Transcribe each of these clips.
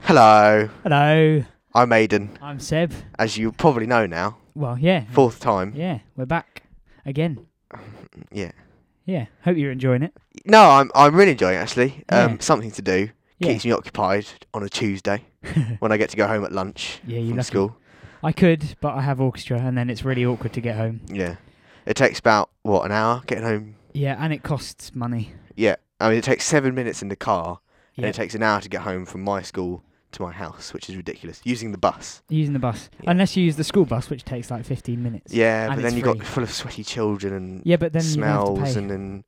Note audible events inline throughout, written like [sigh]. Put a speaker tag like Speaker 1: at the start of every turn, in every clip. Speaker 1: Hello,
Speaker 2: Hello,
Speaker 1: I'm Aidan,
Speaker 2: I'm Seb.
Speaker 1: as you probably know now.
Speaker 2: Well, yeah,
Speaker 1: Fourth time.
Speaker 2: yeah, we're back again.
Speaker 1: [laughs] Yeah.
Speaker 2: Yeah, hope you're enjoying it.
Speaker 1: No, I'm I'm really enjoying it, actually. Um,
Speaker 2: Yeah.
Speaker 1: Something to do
Speaker 2: Yeah.
Speaker 1: keeps me occupied on a Tuesday when I get to go home at lunch
Speaker 2: Yeah, you
Speaker 1: from
Speaker 2: lucky.
Speaker 1: school.
Speaker 2: [laughs] I could, but I have orchestra, and then it's really awkward to get home.
Speaker 1: Yeah. It takes about what an hour getting home.
Speaker 2: Yeah, and it costs money.
Speaker 1: Yeah. I mean, it takes seven minutes in the car, and
Speaker 2: Yeah.
Speaker 1: it takes an hour to get home from my school to my house, which is ridiculous. Using the bus.
Speaker 2: Using the bus,
Speaker 1: Yeah.
Speaker 2: unless you use the school bus, which takes like 15 minutes.
Speaker 1: Yeah,
Speaker 2: And
Speaker 1: but
Speaker 2: it's
Speaker 1: then you
Speaker 2: free.
Speaker 1: got full of sweaty children and
Speaker 2: Yeah, but then you have
Speaker 1: smells
Speaker 2: to pay.
Speaker 1: and then.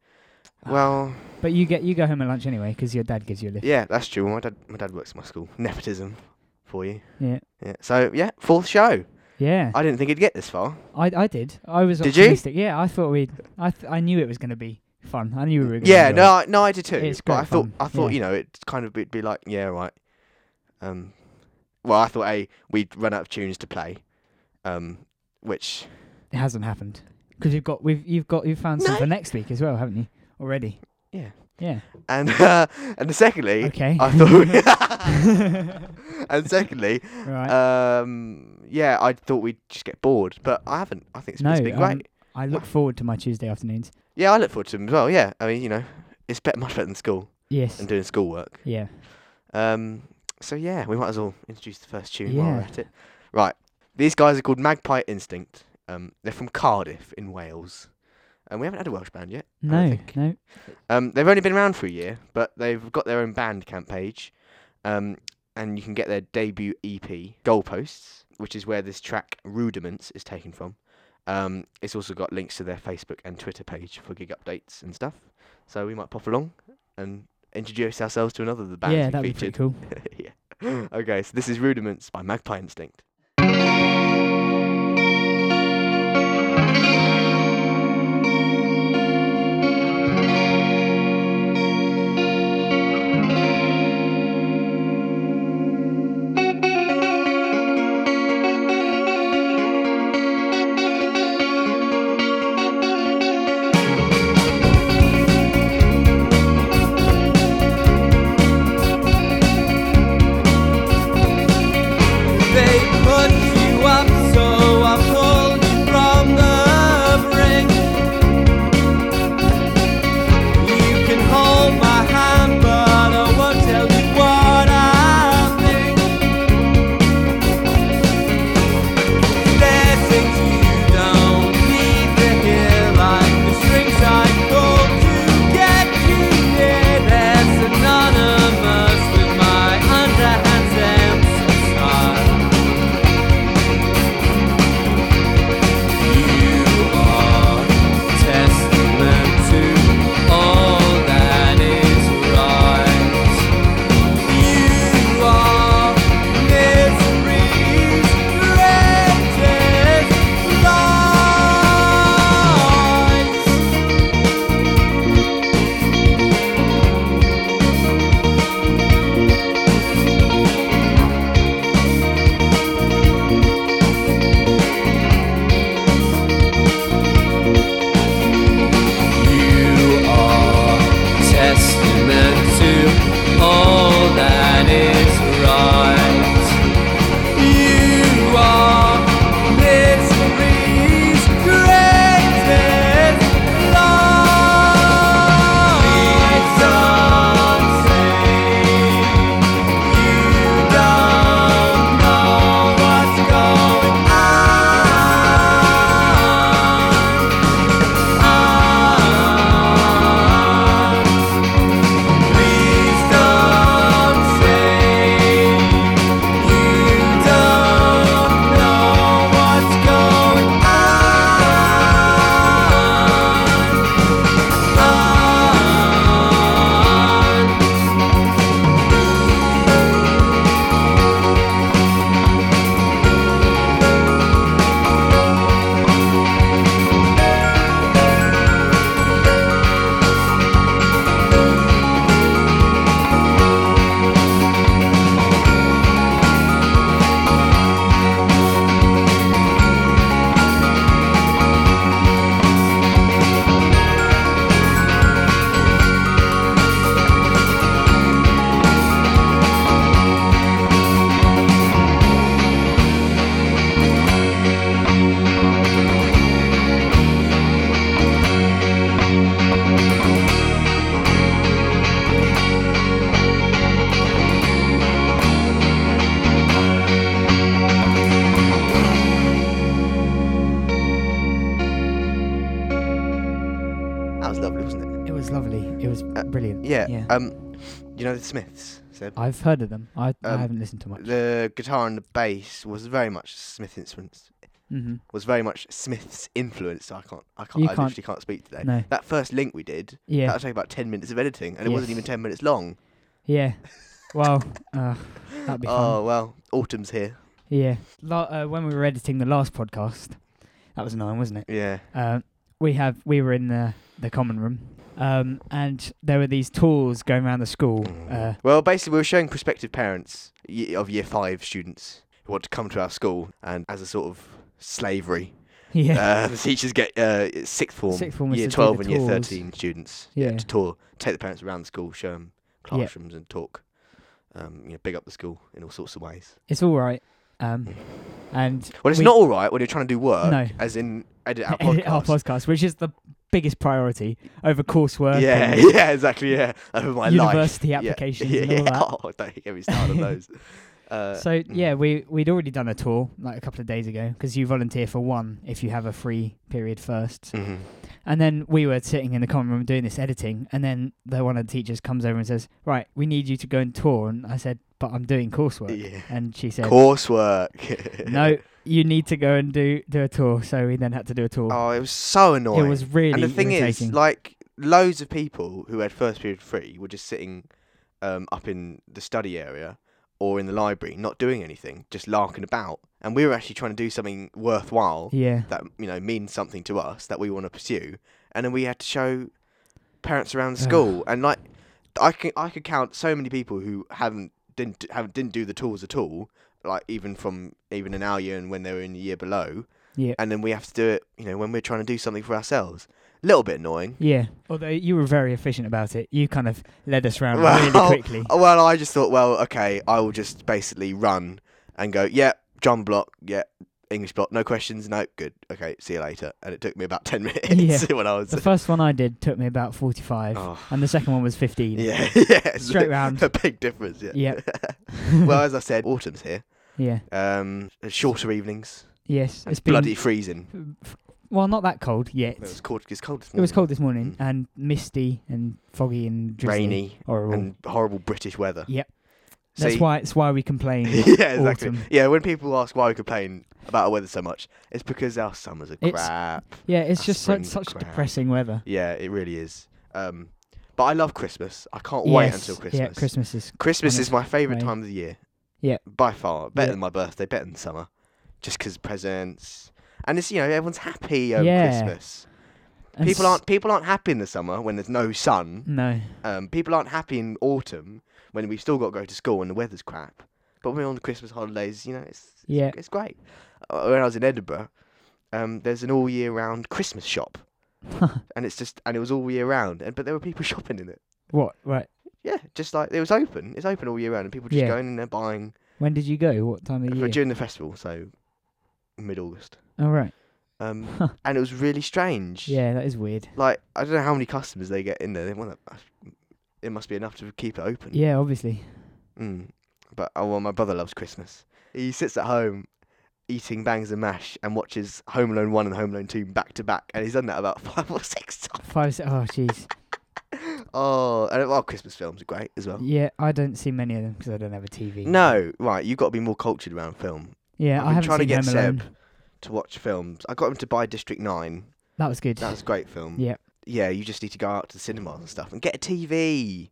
Speaker 2: Ah.
Speaker 1: Well,
Speaker 2: but you get you go home at lunch anyway because your dad gives you a lift.
Speaker 1: yeah, that's true. My dad, my dad works at my school. Nepotism, for you.
Speaker 2: Yeah.
Speaker 1: Yeah. So yeah, fourth show.
Speaker 2: Yeah,
Speaker 1: I didn't think it'd get this far.
Speaker 2: I I did. I was
Speaker 1: Did you?
Speaker 2: optimistic. Yeah, I thought we. would I th- I knew it was going to be fun. I knew we were. Gonna
Speaker 1: Yeah.
Speaker 2: enjoy it.
Speaker 1: No, I, no, I did too.
Speaker 2: It's
Speaker 1: but
Speaker 2: great
Speaker 1: I thought,
Speaker 2: fun,
Speaker 1: I thought,
Speaker 2: yeah.
Speaker 1: you know, it'd kind of be, be like, yeah, right. Um, well, I thought a we'd run out of tunes to play, um, which
Speaker 2: It hasn't happened because you've got we've you've got you've found some
Speaker 1: No.
Speaker 2: for next week as well, haven't you? Already.
Speaker 1: Yeah. uh,
Speaker 2: Yeah.
Speaker 1: and [laughs] uh, and secondly,
Speaker 2: Okay.
Speaker 1: I thought,
Speaker 2: [laughs]
Speaker 1: [laughs] and secondly,
Speaker 2: right.
Speaker 1: uh, um, yeah, I thought we'd just get bored, but I haven't. I think it's,
Speaker 2: No,
Speaker 1: it's been
Speaker 2: um,
Speaker 1: great.
Speaker 2: I look forward to my Tuesday afternoons.
Speaker 1: Yeah, I look forward to them as well. Yeah, I mean, you know, it's bet much better than school
Speaker 2: Yes.
Speaker 1: and doing schoolwork.
Speaker 2: Yeah.
Speaker 1: Um, so yeah, we might as well introduce the first tune while we're
Speaker 2: Yeah.
Speaker 1: at it. Right, these guys are called Magpie Instinct. Um, they're from Cardiff in Wales, and we haven't had a Welsh band yet. I don't
Speaker 2: No.
Speaker 1: think.
Speaker 2: No.
Speaker 1: Um, they've only been around for a year, but they've got their own Bandcamp page, um, and you can get their debut EP, Goalposts, which is where this track Rudiments is taken from. Um, it's also got links to their Facebook and Twitter page for gig updates and stuff. So we might pop along and introduce ourselves to another of the bands
Speaker 2: Yeah,
Speaker 1: we
Speaker 2: that'd be
Speaker 1: featured.
Speaker 2: pretty cool.
Speaker 1: yeah. [laughs] Okay, so this is Rudiments by Magpie Instinct.
Speaker 3: They
Speaker 1: Uh,
Speaker 2: Yeah. Oh,
Speaker 1: Um, you know the Smiths. So
Speaker 2: I've heard of them. I, I
Speaker 1: Um,
Speaker 2: haven't listened to much.
Speaker 1: the guitar and the bass was very much Smith instruments.
Speaker 2: hmm
Speaker 1: Was very much Smith's influence. I can't. I can't.
Speaker 2: You
Speaker 1: I
Speaker 2: can't-
Speaker 1: literally can't speak today.
Speaker 2: No.
Speaker 1: That first link we did.
Speaker 2: Yeah.
Speaker 1: That took about ten minutes of editing, and it wasn't even
Speaker 2: Yes.
Speaker 1: ten minutes long.
Speaker 2: Yeah. Well, [laughs] uh, that'd be fun.
Speaker 1: Oh well, autumn's here.
Speaker 2: Yeah. La- uh, when we were editing the last podcast, that was annoying, wasn't it?
Speaker 1: Yeah.
Speaker 2: Uh, we have we were in the the common room, um, and there were these tours going around the school. Uh,
Speaker 1: Well, basically, we were showing prospective parents ye- of year five students who want to come to our school, and as a sort of slavery,
Speaker 2: [laughs] yeah.
Speaker 1: uh, the teachers get uh, sixth form,
Speaker 2: Sixth formers
Speaker 1: year
Speaker 2: to do
Speaker 1: twelve
Speaker 2: the
Speaker 1: and year
Speaker 2: tours.
Speaker 1: thirteen students yeah,
Speaker 2: Yeah.
Speaker 1: to tour, take the parents around the school, show them classrooms, and talk. Um, you know, big up the school in all sorts of ways.
Speaker 2: it's all right. Um, and
Speaker 1: Well, it's
Speaker 2: we
Speaker 1: not all right when you're trying to do work,
Speaker 2: No.
Speaker 1: as in edit [laughs] our
Speaker 2: edit
Speaker 1: podcast.
Speaker 2: [laughs] our podcast, which is the biggest priority over coursework.
Speaker 1: yeah, [laughs]
Speaker 2: and
Speaker 1: yeah, exactly. Yeah, over my life.
Speaker 2: university
Speaker 1: Yeah, [laughs]
Speaker 2: applications
Speaker 1: yeah,
Speaker 2: and all
Speaker 1: yeah.
Speaker 2: that.
Speaker 1: Oh, don't get me started on
Speaker 2: [laughs]
Speaker 1: those. Uh,
Speaker 2: So
Speaker 1: mm.
Speaker 2: yeah, we we'd already done a tour like a couple of days ago because you volunteer for one if you have a free period first,
Speaker 1: Mhm.
Speaker 2: and then we were sitting in the common room doing this editing, and then the one of the teachers comes over and says, "Right, we need you to go and tour," and I said, "But I'm doing coursework,"
Speaker 1: Yeah.
Speaker 2: and she said,
Speaker 1: Coursework. [laughs]
Speaker 2: "No, you need to go and do do a tour." So we then had to do a tour.
Speaker 1: Oh, it was so annoying.
Speaker 2: it was really
Speaker 1: and the thing
Speaker 2: irritating.
Speaker 1: is, like, loads of people who had first period free were just sitting um, up in the study area or in the library, not doing anything, just larking about. And we were actually trying to do something worthwhile
Speaker 2: yeah,
Speaker 1: that you know means something to us that we want to pursue. And then we had to show parents around the
Speaker 2: Ugh.
Speaker 1: school, and like, I can I could count so many people who haven't didn't haven't didn't do the tours at all. Like even from even in our year and when they were in the year below,
Speaker 2: yeah,
Speaker 1: and then we have to do it, you know, when we're trying to do something for ourselves. A little bit annoying.
Speaker 2: yeah. Although you were very efficient about it, you kind of led us around
Speaker 1: [laughs]
Speaker 2: really
Speaker 1: Well,
Speaker 2: quickly.
Speaker 1: Oh, Well, I just thought, well, okay, I will just basically run and go, yeah, John Block, yeah, English Block, no questions, no, good, okay, see you later. And it took me about [laughs] 10 minutes when I was.
Speaker 2: The first one I did took me about forty-five,
Speaker 1: Oh.
Speaker 2: and the second one was fifteen.
Speaker 1: Yeah, [laughs] yeah. it's
Speaker 2: Straight round.
Speaker 1: A big difference,
Speaker 2: [laughs]
Speaker 1: yeah.
Speaker 2: Yep.
Speaker 1: [laughs] well, as I said, autumn's here.
Speaker 2: Yeah.
Speaker 1: Um, shorter evenings.
Speaker 2: Yes.
Speaker 1: and
Speaker 2: It's been
Speaker 1: bloody freezing.
Speaker 2: f- well, not that cold yet.
Speaker 1: It was cold. It's cold. this
Speaker 2: It was
Speaker 1: morning.
Speaker 2: cold this morning
Speaker 1: Mm.
Speaker 2: and misty and foggy and drizzly.
Speaker 1: rainy,
Speaker 2: Horrible.
Speaker 1: and horrible British weather.
Speaker 2: Yep. That's
Speaker 1: See- [laughs]
Speaker 2: why it's why we complain.
Speaker 1: yeah, exactly.
Speaker 2: autumn.
Speaker 1: Yeah, when people ask why we complain about our weather so much, it's because our summers are
Speaker 2: It's-
Speaker 1: crap.
Speaker 2: yeah, it's
Speaker 1: That's
Speaker 2: just
Speaker 1: spring
Speaker 2: such, such
Speaker 1: crap.
Speaker 2: depressing weather.
Speaker 1: Yeah, it really is. Um, but I love Christmas. I can't wait until
Speaker 2: Yes,
Speaker 1: Christmas.
Speaker 2: Yeah, Christmas is.
Speaker 1: Christmas
Speaker 2: And
Speaker 1: is my favourite
Speaker 2: way.
Speaker 1: time of the year.
Speaker 2: Yeah.
Speaker 1: By far. Better
Speaker 2: Yeah.
Speaker 1: than my birthday, better than summer. Just 'cause presents. And it's, you know, everyone's happy over
Speaker 2: Yeah.
Speaker 1: Christmas.
Speaker 2: and
Speaker 1: people
Speaker 2: s- Mm.
Speaker 1: aren't people aren't happy in the summer when there's no sun.
Speaker 2: No.
Speaker 1: Um, people aren't happy in autumn when we've still got to go to school and the weather's crap. But when we're on the Christmas holidays, you know, it's
Speaker 2: Yeah.
Speaker 1: it's great. Uh, when I was in Edinburgh, um, there's an all year round Christmas
Speaker 2: [laughs]
Speaker 1: shop, and it's just and it was all year round, and but there were people [laughs] shopping in it.
Speaker 2: what? Right.
Speaker 1: Yeah, just like it was open. It's open all year round, and people just
Speaker 2: Yeah.
Speaker 1: going in there buying
Speaker 2: When did you go? What time of
Speaker 1: for-
Speaker 2: the year?
Speaker 1: during the festival, so mid August.
Speaker 2: All right. [laughs]
Speaker 1: Um,
Speaker 2: Huh.
Speaker 1: and it was really strange.
Speaker 2: Yeah, that is weird.
Speaker 1: like I don't know how many customers they get in there. They want that. It must be enough to keep it open.
Speaker 2: Yeah, obviously.
Speaker 1: Mm. But oh well, my brother loves Christmas. He sits at home eating bangs and mash and watches Home Alone One and Home Alone Two back to back, and he's done that about [laughs] five or six times.
Speaker 2: Five. se- Oh, jeez.
Speaker 1: Oh, and well, Christmas films are great as well.
Speaker 2: Yeah, I don't see many of them because I don't have a TV.
Speaker 1: No, right, you've got to be more cultured around film I've
Speaker 2: Yeah, I
Speaker 1: been
Speaker 2: haven't
Speaker 1: trying to
Speaker 2: seen
Speaker 1: get
Speaker 2: Home
Speaker 1: Seb.
Speaker 2: Alone.
Speaker 1: to watch films. I got him to buy District Nine.
Speaker 2: That was good.
Speaker 1: That was a great film.
Speaker 2: Yeah.
Speaker 1: Yeah, you just need to go out to the cinemas and stuff and get a TV.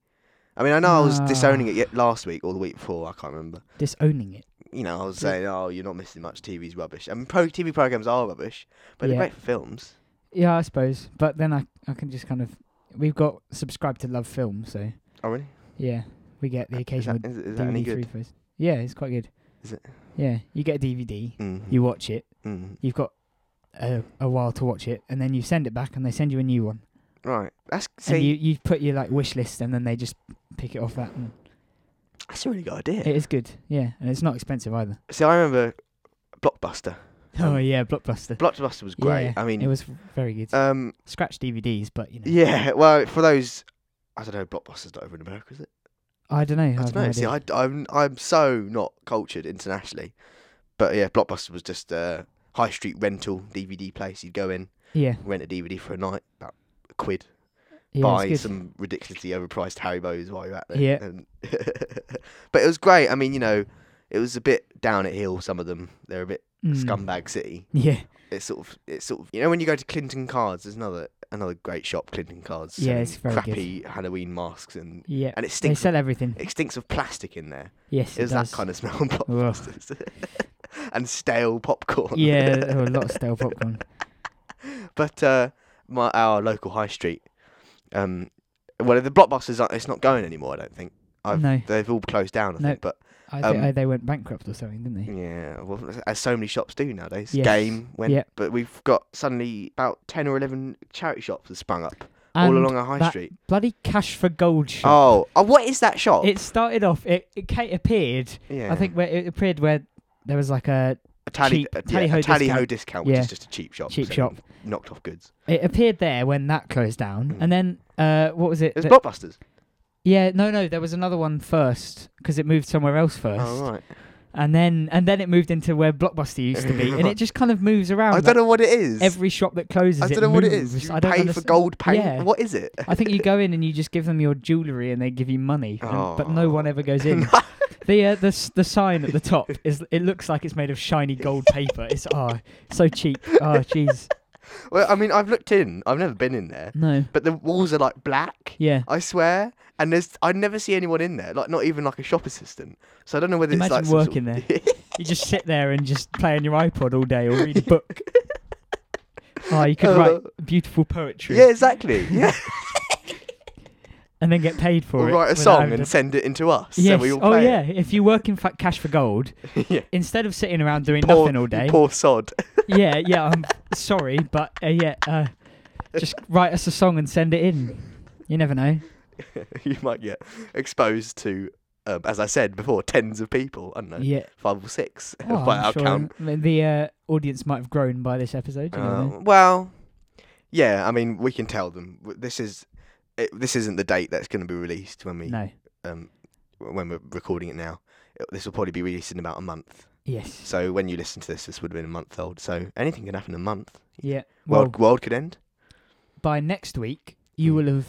Speaker 1: I mean, I know I was disowning
Speaker 2: Ah.
Speaker 1: it yet last week or the week before. I can't remember.
Speaker 2: Disowning it.
Speaker 1: you know, I was
Speaker 2: Yeah.
Speaker 1: saying, oh, you're not missing much. TV's rubbish. I mean, pro- TV programs are rubbish, but
Speaker 2: Yeah.
Speaker 1: they're great for films.
Speaker 2: Yeah, I suppose. But then I, I can just kind of. We've got subscribed to Love Film, so
Speaker 1: Oh, really?
Speaker 2: yeah, we get the
Speaker 1: Is
Speaker 2: occasional
Speaker 1: that, is, is that any
Speaker 2: DVD three
Speaker 1: good?
Speaker 2: first. Yeah, it's quite good.
Speaker 1: Is it?
Speaker 2: Yeah, you get a DVD,
Speaker 1: Mm.
Speaker 2: you watch it,
Speaker 1: mm.
Speaker 2: you've got a, a while to watch it, and then you send it back, and they send you a new one,
Speaker 1: Right. That's
Speaker 2: and
Speaker 1: see,
Speaker 2: you you put your like wish list, and then they just pick it off that. And
Speaker 1: that's a really good idea.
Speaker 2: It is good, yeah, and it's not expensive either.
Speaker 1: See, I remember Blockbuster. Um,
Speaker 2: oh yeah, Blockbuster.
Speaker 1: Blockbuster was great.
Speaker 2: Yeah,
Speaker 1: I mean,
Speaker 2: it was very good.
Speaker 1: um,
Speaker 2: Scratch DVDs, but you know,
Speaker 1: yeah. Well, for those, I don't know. Blockbuster's not over in America, is it?
Speaker 2: I don't know. I,
Speaker 1: I
Speaker 2: have
Speaker 1: don't know.
Speaker 2: no
Speaker 1: See,
Speaker 2: idea.
Speaker 1: I, I'm I'm so not cultured internationally, but yeah, Blockbuster was just a high street rental DVD place. You'd go in,
Speaker 2: yeah,
Speaker 1: rent a DVD for a night, about a quid.
Speaker 2: Yeah,
Speaker 1: buy
Speaker 2: it's good.
Speaker 1: some ridiculously overpriced Haribos while you're at there.
Speaker 2: Yeah.
Speaker 1: And [laughs] but it was great. I mean, you know, it was a bit down at hill. Some of them they're a bit
Speaker 2: Mm.
Speaker 1: scumbag city.
Speaker 2: Yeah,
Speaker 1: It's sort of it's sort of you know when you go to Clinton Cards, there's another another great shop, Clinton Cards.
Speaker 2: Yeah, it's
Speaker 1: selling
Speaker 2: very good.
Speaker 1: crappy Halloween masks and
Speaker 2: yeah.
Speaker 1: and it
Speaker 2: They
Speaker 1: stinks.
Speaker 2: sell everything.
Speaker 1: It stinks of plastic in there.
Speaker 2: Yes,
Speaker 1: It was
Speaker 2: does.
Speaker 1: that kind of smell. on pop
Speaker 2: Ugh.
Speaker 1: posters. [laughs] and stale popcorn. [laughs]
Speaker 2: yeah, there were a lot of stale popcorn.
Speaker 1: But uh, my our local high street, um, well the blockbusters aren't- it's not going anymore. I don't think. I've,
Speaker 2: No.
Speaker 1: they've all closed down. I
Speaker 2: No.
Speaker 1: think. But
Speaker 2: I think
Speaker 1: Um, Mm,
Speaker 2: uh, they went bankrupt or something, didn't they?
Speaker 1: yeah, well, as so many shops do nowadays.
Speaker 2: Yes.
Speaker 1: Game went.
Speaker 2: Yep.
Speaker 1: But we've got suddenly about ten or eleven charity shops have sprung up all
Speaker 2: And
Speaker 1: along our high
Speaker 2: that
Speaker 1: street.
Speaker 2: Bloody cash for gold shop.
Speaker 1: Oh, oh, what is that shop?
Speaker 2: It started off. It, it ca- appeared.
Speaker 1: yeah,
Speaker 2: I think where it appeared where there was like a
Speaker 1: a tally,
Speaker 2: cheap-
Speaker 1: a, yeah,
Speaker 2: tally-ho
Speaker 1: a tally ho
Speaker 2: discount.
Speaker 1: discount, which
Speaker 2: Yeah.
Speaker 1: is just a cheap shop.
Speaker 2: Cheap
Speaker 1: selling knocked off goods.
Speaker 2: It appeared there when that closed down,
Speaker 1: Mm.
Speaker 2: and then uh, what was it?
Speaker 1: It was
Speaker 2: that-
Speaker 1: blockbusters.
Speaker 2: yeah, no, no, there was another one first because it moved somewhere else first,
Speaker 1: Oh right.
Speaker 2: and then and then it moved into where Blockbuster used to be, and
Speaker 1: [laughs]
Speaker 2: it just kind of moves around.
Speaker 1: I
Speaker 2: like,
Speaker 1: don't know what it is.
Speaker 2: Oh, Every shop that closes,
Speaker 1: I
Speaker 2: it
Speaker 1: don't know what it is.
Speaker 2: moves.
Speaker 1: You pay
Speaker 2: I don't
Speaker 1: for
Speaker 2: understand.
Speaker 1: gold paint.
Speaker 2: Yeah.
Speaker 1: What is it?
Speaker 2: I think you go in and you just give them your jewellery and they give you money, and, but no one
Speaker 1: Oh.
Speaker 2: ever
Speaker 1: [laughs]
Speaker 2: goes in. the, uh, the s- the sign at the top is it looks like it's made of shiny gold paper. It's oh so cheap. [laughs] Oh jeez,
Speaker 1: [laughs] Well, I mean, I've looked in. I've never been in there,
Speaker 2: no,
Speaker 1: but the walls are like black.
Speaker 2: yeah.
Speaker 1: I swear, and there's I never see anyone in there. Like not even like a shop assistant. So I don't know whether
Speaker 2: Imagine
Speaker 1: it's like some
Speaker 2: working
Speaker 1: sort of-
Speaker 2: You just sit there and just play on your iPod all day or read a
Speaker 1: [laughs]
Speaker 2: book. oh, you could
Speaker 1: Uh,
Speaker 2: write beautiful
Speaker 1: [laughs]
Speaker 2: poetry
Speaker 1: yeah, exactly.
Speaker 2: [laughs]
Speaker 1: Yeah,
Speaker 2: and then get paid for
Speaker 1: or
Speaker 2: it.
Speaker 1: write a
Speaker 2: without
Speaker 1: song
Speaker 2: having
Speaker 1: and
Speaker 2: to-
Speaker 1: send it in to us.
Speaker 2: Yes.
Speaker 1: and we all
Speaker 2: oh
Speaker 1: play
Speaker 2: yeah. If you work in fact cash for gold,
Speaker 1: It. [laughs] yeah.
Speaker 2: instead of sitting around doing
Speaker 1: Poor-
Speaker 2: nothing all day,
Speaker 1: Poor sod. [laughs]
Speaker 2: yeah, yeah. I'm sorry, but uh, yeah, uh,
Speaker 1: [laughs]
Speaker 2: just write us a song and send it in. You never know.
Speaker 1: you might get exposed to, um, as I said before, tens of people. I don't know,
Speaker 2: Yeah.
Speaker 1: five or six [laughs]
Speaker 2: Oh,
Speaker 1: by
Speaker 2: I'm
Speaker 1: our
Speaker 2: sure
Speaker 1: count.
Speaker 2: m- The uh, audience might have grown by this episode. You never
Speaker 1: Uh,
Speaker 2: know.
Speaker 1: well, yeah. I mean, we can tell them w- this is it, this isn't the date that's going to be released when we
Speaker 2: No.
Speaker 1: um w- when we're recording it now. It- This will probably be released in about a month.
Speaker 2: Yes.
Speaker 1: So when you listen to this, this would have been a month old. So anything can happen in a month.
Speaker 2: Yeah. well
Speaker 1: World world could end.
Speaker 2: by next week, you
Speaker 1: Mm.
Speaker 2: will have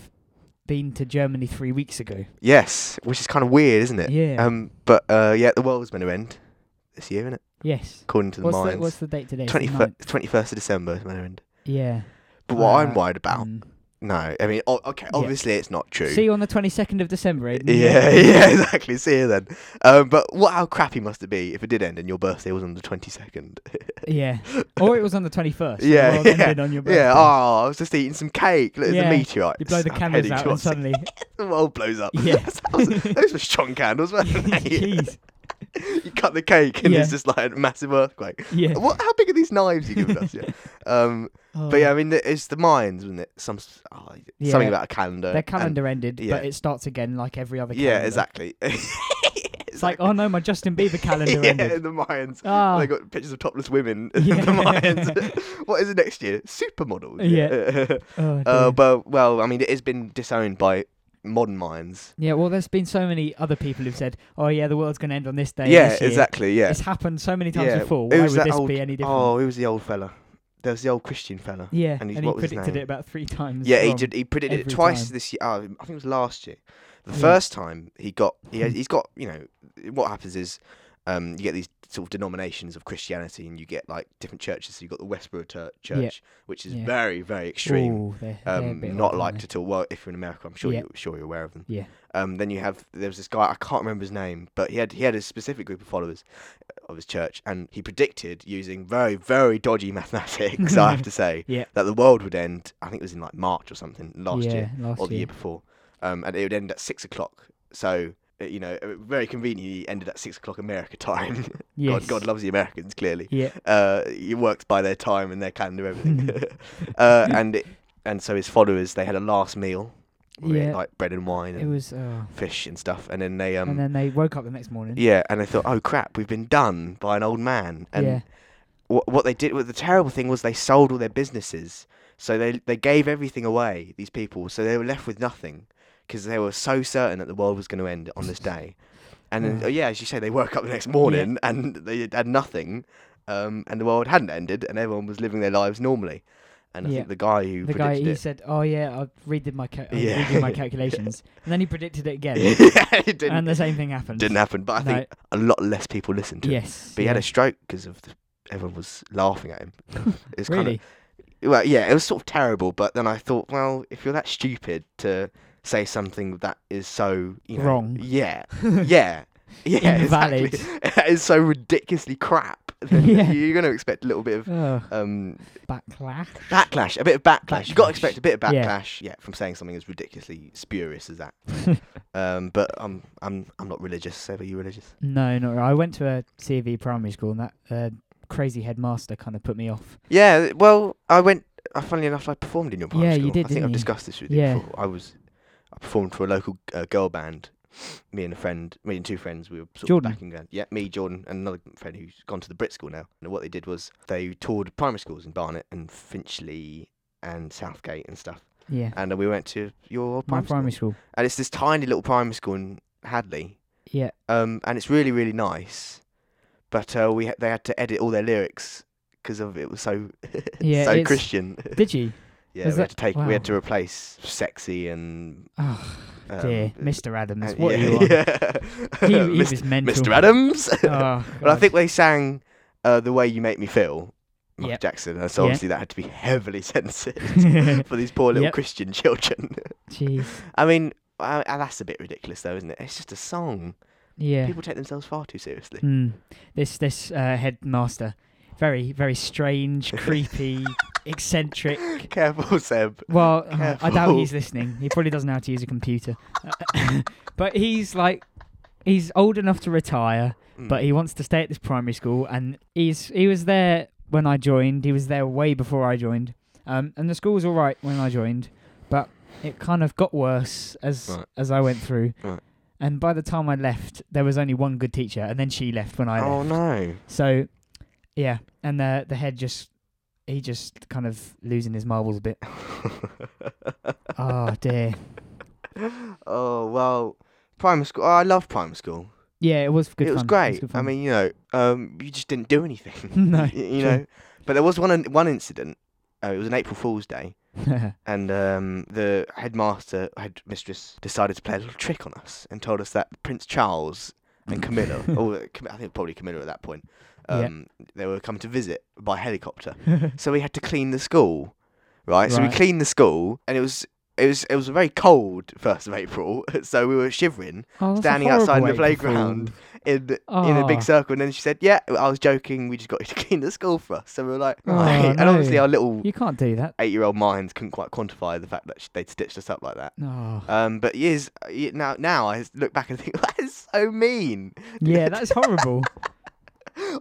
Speaker 2: been to Germany three weeks ago.
Speaker 1: Yes, which is kind of weird, isn't it?
Speaker 2: Yeah.
Speaker 1: Um, but uh, yeah, the world's going to end this year, isn't it?
Speaker 2: yes.
Speaker 1: According to the
Speaker 2: What's the,
Speaker 1: minds.
Speaker 2: what's the date today? It's the
Speaker 1: 21st,
Speaker 2: ninth.
Speaker 1: 21st of December is when it end.
Speaker 2: Yeah.
Speaker 1: But what I'm
Speaker 2: Uh,
Speaker 1: worried about,
Speaker 2: Mm.
Speaker 1: no, I mean, o- okay, obviously it's not true.
Speaker 2: See you on the 22nd of December, eh? Aidan.
Speaker 1: Yeah, [laughs] yeah, exactly. See you then. Um, but what, how crappy must it be if it did end and your birthday was on the twenty second?
Speaker 2: Yeah. Or it was on the 21st. the
Speaker 1: Yeah,
Speaker 2: world
Speaker 1: yeah,
Speaker 2: ended on your birthday.
Speaker 1: yeah. Oh, I was just eating some cake. Look,
Speaker 2: Yeah,
Speaker 1: there's a meteorite.
Speaker 2: You blow the
Speaker 1: I'm
Speaker 2: candles
Speaker 1: heading
Speaker 2: out and
Speaker 1: towards it.
Speaker 2: suddenly.
Speaker 1: [laughs] the world blows up.
Speaker 2: Yeah.
Speaker 1: [laughs] That was- those were strong candles,
Speaker 2: [laughs]
Speaker 1: weren't they?
Speaker 2: Jeez.
Speaker 1: [laughs] you cut the cake and it's
Speaker 2: Yeah.
Speaker 1: just like a massive earthquake.
Speaker 2: [laughs] Yeah.
Speaker 1: What? How big are these knives you giving
Speaker 2: [laughs]
Speaker 1: us? Yeah. Um,
Speaker 2: Oh.
Speaker 1: but yeah, I mean, the- it's the minds, wasn't it? Some s- oh,
Speaker 2: Yeah.
Speaker 1: something about a calendar.
Speaker 2: Their
Speaker 1: and-
Speaker 2: calendar ended,
Speaker 1: yeah.
Speaker 2: but it starts again like every other calendar.
Speaker 1: yeah, exactly. [laughs]
Speaker 2: It's like, oh no, my Justin Bieber calendar
Speaker 1: yeah, [laughs] Oh
Speaker 2: ended.
Speaker 1: the Mayans.
Speaker 2: Ah.
Speaker 1: They got pictures of topless women. [laughs]
Speaker 2: Yeah.
Speaker 1: the
Speaker 2: [laughs]
Speaker 1: Mayans. what is it next year? Supermodels.
Speaker 2: Oh,
Speaker 1: [laughs] uh,
Speaker 2: dear.
Speaker 1: but well, I mean, it has been disowned by modern minds.
Speaker 2: yeah, well, there's been so many other people who've said, oh yeah, the world's going to end on this day.
Speaker 1: yeah,
Speaker 2: this year.
Speaker 1: exactly. Yeah.
Speaker 2: It's happened so many times
Speaker 1: Yeah,
Speaker 2: before.
Speaker 1: it
Speaker 2: Why would
Speaker 1: was that
Speaker 2: this
Speaker 1: old-
Speaker 2: be any different?
Speaker 1: Oh, who was the old fella? There was the old Christian fella.
Speaker 2: yeah,
Speaker 1: and
Speaker 2: and,
Speaker 1: he's-
Speaker 2: he
Speaker 1: what was his
Speaker 2: predicted
Speaker 1: name?
Speaker 2: it about three times.
Speaker 1: Yeah, he
Speaker 2: wrong.
Speaker 1: did. He predicted it
Speaker 2: every
Speaker 1: twice
Speaker 2: time.
Speaker 1: this year. Oh, I think it was last year. The
Speaker 2: Yeah. Hmm.
Speaker 1: first time he got, he has, he's got. You know, what happens is, um, you get these sort of denominations of Christianity, and you get like different churches. So you have got the Westboro tur- Church, which is
Speaker 2: Yeah.
Speaker 1: very, very extreme,
Speaker 2: Ooh, they're- they're a
Speaker 1: um,
Speaker 2: bit
Speaker 1: not
Speaker 2: odd, aren't
Speaker 1: liked at all. Well, if you're in America, I'm sure
Speaker 2: Yeah.
Speaker 1: you're sure you're aware of them.
Speaker 2: they? Yeah.
Speaker 1: Um, then you have there was this guy I can't remember his name, but he had he had a specific group of followers uh, of his church, and he predicted using very very dodgy [laughs] mathematics, I have to say,
Speaker 2: [laughs] Yeah.
Speaker 1: that the world would end. I think it was in like March or something last
Speaker 2: yeah,
Speaker 1: year
Speaker 2: Last
Speaker 1: or the
Speaker 2: year.
Speaker 1: year before, um, and it would end at six o'clock. So uh, you know, uh, very conveniently it ended at six o'clock America time. [laughs]
Speaker 2: Yes.
Speaker 1: God, God loves the Americans clearly.
Speaker 2: Yeah.
Speaker 1: Uh, he worked by their time and their calendar, everything,
Speaker 2: Hmm.
Speaker 1: [laughs] uh, and it, and so his followers they had a last meal, with,
Speaker 2: Yeah.
Speaker 1: like bread and wine. And
Speaker 2: It was. Oh.
Speaker 1: fish and stuff, and then they um
Speaker 2: and then they woke up the next morning.
Speaker 1: yeah, and they thought, oh crap, we've been done by an old man. And
Speaker 2: yeah.
Speaker 1: what what they did, what the terrible thing was, they sold all their businesses, so they they gave everything away. These people, so they were left with nothing because they were so certain that the world was going to end on this day. And then,
Speaker 2: Yeah.
Speaker 1: oh, yeah, as you say, they woke up the next morning and they had nothing, um, and the world hadn't ended, and everyone was living their lives normally. and I
Speaker 2: Yeah.
Speaker 1: think the guy who
Speaker 2: The guy,
Speaker 1: predicted
Speaker 2: he
Speaker 1: it,
Speaker 2: said, "Oh yeah, I redid my ca- I
Speaker 1: Yeah.
Speaker 2: redid
Speaker 1: [laughs]
Speaker 2: my calculations," and then he predicted it again,
Speaker 1: yeah, it [laughs] didn't,
Speaker 2: and the same thing
Speaker 1: [laughs]
Speaker 2: happened.
Speaker 1: didn't happen. But I think a lot less people listened to it.
Speaker 2: Yes,
Speaker 1: But he had
Speaker 2: yeah.
Speaker 1: a stroke because of the, everyone was laughing
Speaker 2: [laughs]
Speaker 1: at him. It's kind
Speaker 2: really.
Speaker 1: of well, yeah, it was sort of terrible. But then I thought, well, if you're that stupid to say something that is so you know,
Speaker 2: Wrong.
Speaker 1: yeah, yeah, yeah,
Speaker 2: Invalid.
Speaker 1: exactly. [laughs] that is so ridiculously
Speaker 2: [laughs]
Speaker 1: crap. Then
Speaker 2: Yeah.
Speaker 1: You're going to expect a little bit of
Speaker 2: [laughs] Ugh,
Speaker 1: um,
Speaker 2: backlash. [laughs]
Speaker 1: backlash, a bit of backlash. You've got to
Speaker 2: Backlash.
Speaker 1: expect a bit of
Speaker 2: Yeah.
Speaker 1: backlash, yeah, from saying something as ridiculously spurious as that. um, but I'm I'm I'm not religious. So are you religious?
Speaker 2: No, no. I went to a C of E primary school, and that uh, crazy headmaster kind of put me off.
Speaker 1: Yeah, well, I went. Uh, funnily enough, I performed in your primary
Speaker 2: Yeah, you
Speaker 1: school.
Speaker 2: did,
Speaker 1: I think
Speaker 2: didn't
Speaker 1: I've
Speaker 2: you?
Speaker 1: discussed this with you
Speaker 2: Yeah.
Speaker 1: before. I was, I performed for a local uh, girl band. Me and a friend, me and two friends, we were sort
Speaker 2: Jordan.
Speaker 1: of back in England. Yeah, me, Jordan, and another friend who's gone to the Brit school now. And what they did was they toured primary schools in Barnet and Finchley and Southgate and stuff.
Speaker 2: Yeah,
Speaker 1: And then we went to your old
Speaker 2: my
Speaker 1: primary,
Speaker 2: primary
Speaker 1: school.
Speaker 2: school.
Speaker 1: And it's this tiny little primary school in Hadley.
Speaker 2: Yeah.
Speaker 1: Um, and it's really, really nice. But uh, we ha- they had to edit all their lyrics because of it was so [laughs]
Speaker 2: Yeah,
Speaker 1: so
Speaker 2: it's-
Speaker 1: Christian.
Speaker 2: Did you?
Speaker 1: [laughs] yeah, we
Speaker 2: was
Speaker 1: had
Speaker 2: that-
Speaker 1: to take we
Speaker 2: wow.
Speaker 1: had to replace sexy and
Speaker 2: Oh
Speaker 1: um,
Speaker 2: dear,
Speaker 1: uh,
Speaker 2: Mr. Adams,
Speaker 1: and- [laughs]
Speaker 2: what
Speaker 1: yeah,
Speaker 2: are you on?
Speaker 1: [laughs]
Speaker 2: He,
Speaker 1: yeah.
Speaker 2: he
Speaker 1: Mis-
Speaker 2: was mental.
Speaker 1: Mr. Adams.
Speaker 2: [laughs] Oh,
Speaker 1: Well, I
Speaker 2: God.
Speaker 1: think they sang uh, "The Way You Make Me Feel," Michael
Speaker 2: Yep.
Speaker 1: Jackson, and so
Speaker 2: Yeah.
Speaker 1: obviously that had to be heavily [laughs]
Speaker 2: [laughs]
Speaker 1: censored for these poor little
Speaker 2: Yep.
Speaker 1: Christian children. [laughs]
Speaker 2: Jeez.
Speaker 1: I mean, uh, that's a bit ridiculous, though, isn't it? It's just a song.
Speaker 2: Yeah.
Speaker 1: People take themselves far too seriously.
Speaker 2: Mm. This this uh, headmaster, very very
Speaker 1: [laughs]
Speaker 2: strange, creepy, eccentric.
Speaker 1: Careful, Seb.
Speaker 2: Well, uh, I doubt
Speaker 1: Careful.
Speaker 2: he's listening. He probably doesn't know how to use a computer. [laughs] but he's like, he's old enough to retire,
Speaker 1: Mm.
Speaker 2: but he wants to stay at this primary school. And he's he was there when I joined. He was there way before I joined. Um, and the school was all right when I joined, but it kind of got worse as
Speaker 1: Right.
Speaker 2: as I went through.
Speaker 1: Right.
Speaker 2: And by the time I left, there was only one good teacher, and then she left when I left.
Speaker 1: oh no.
Speaker 2: So, yeah, and the the head just he just kind of losing his marbles a
Speaker 1: [laughs]
Speaker 2: bit. oh dear.
Speaker 1: oh well, primary school. Oh, I love primary school.
Speaker 2: Yeah, it was good.
Speaker 1: it was
Speaker 2: fun.
Speaker 1: great.
Speaker 2: good
Speaker 1: I
Speaker 2: fun.
Speaker 1: mean, you know, um, you just didn't do anything.
Speaker 2: [laughs]
Speaker 1: [laughs]
Speaker 2: No,
Speaker 1: Y- you
Speaker 2: true.
Speaker 1: know, but there was one one incident. Uh, it was an April Fool's Day, and um, the headmaster head mistress decided to play a little trick on us and told us that Prince Charles and
Speaker 2: [laughs]
Speaker 1: Camilla, or Cam- I think probably Camilla at that point,
Speaker 2: Mm. Yeah.
Speaker 1: um, they were coming to visit by helicopter. so we had to clean the school, right? So we
Speaker 2: Right.
Speaker 1: cleaned the school, and it was it was it was a very cold first of April, [laughs] so we were shivering
Speaker 2: [laughs] Oh, that's a
Speaker 1: Standing outside
Speaker 2: horrible
Speaker 1: the
Speaker 2: way to fall.
Speaker 1: playground. in the, in a
Speaker 2: Ah.
Speaker 1: big circle. And then she said, "Yeah, I was joking. We just got you to [laughs] clean the school for us." So we were like,
Speaker 2: Oh,
Speaker 1: right. [laughs] and obviously
Speaker 2: no.
Speaker 1: our little
Speaker 2: You can't do that.
Speaker 1: eight-year-old minds couldn't quite quantify the fact that sh- they'd stitched us up like that. [laughs]
Speaker 2: Oh.
Speaker 1: Um, but years y- now, now I look back and think [laughs] that is so mean.
Speaker 2: yeah, that's
Speaker 1: [laughs]
Speaker 2: horrible.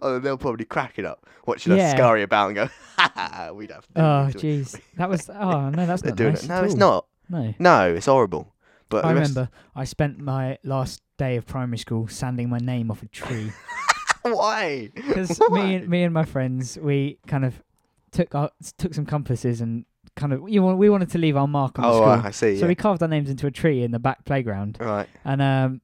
Speaker 1: Oh, they'll probably crack it up watching us
Speaker 2: Yeah.
Speaker 1: scurry about and go, "Ha ha, ha! We don't have to do
Speaker 2: oh,
Speaker 1: it." It's-
Speaker 2: jeez, that was. Oh no, that's
Speaker 1: They're
Speaker 2: not
Speaker 1: doing
Speaker 2: nice
Speaker 1: it.
Speaker 2: at
Speaker 1: No, it's
Speaker 2: all.
Speaker 1: not.
Speaker 2: No.
Speaker 1: No, it's horrible. But
Speaker 2: I
Speaker 1: the rest-
Speaker 2: remember I spent my last day of primary school sanding my name off a
Speaker 1: [laughs]
Speaker 2: tree.
Speaker 1: why?
Speaker 2: because
Speaker 1: [laughs] Why?
Speaker 2: me and me and my friends we kind of took our, took some compasses and kind of you want, we wanted to leave our mark on the
Speaker 1: oh,
Speaker 2: school,
Speaker 1: right, I see.
Speaker 2: so
Speaker 1: yeah.
Speaker 2: we carved our names into a tree in the back playground,
Speaker 1: Right.
Speaker 2: and um,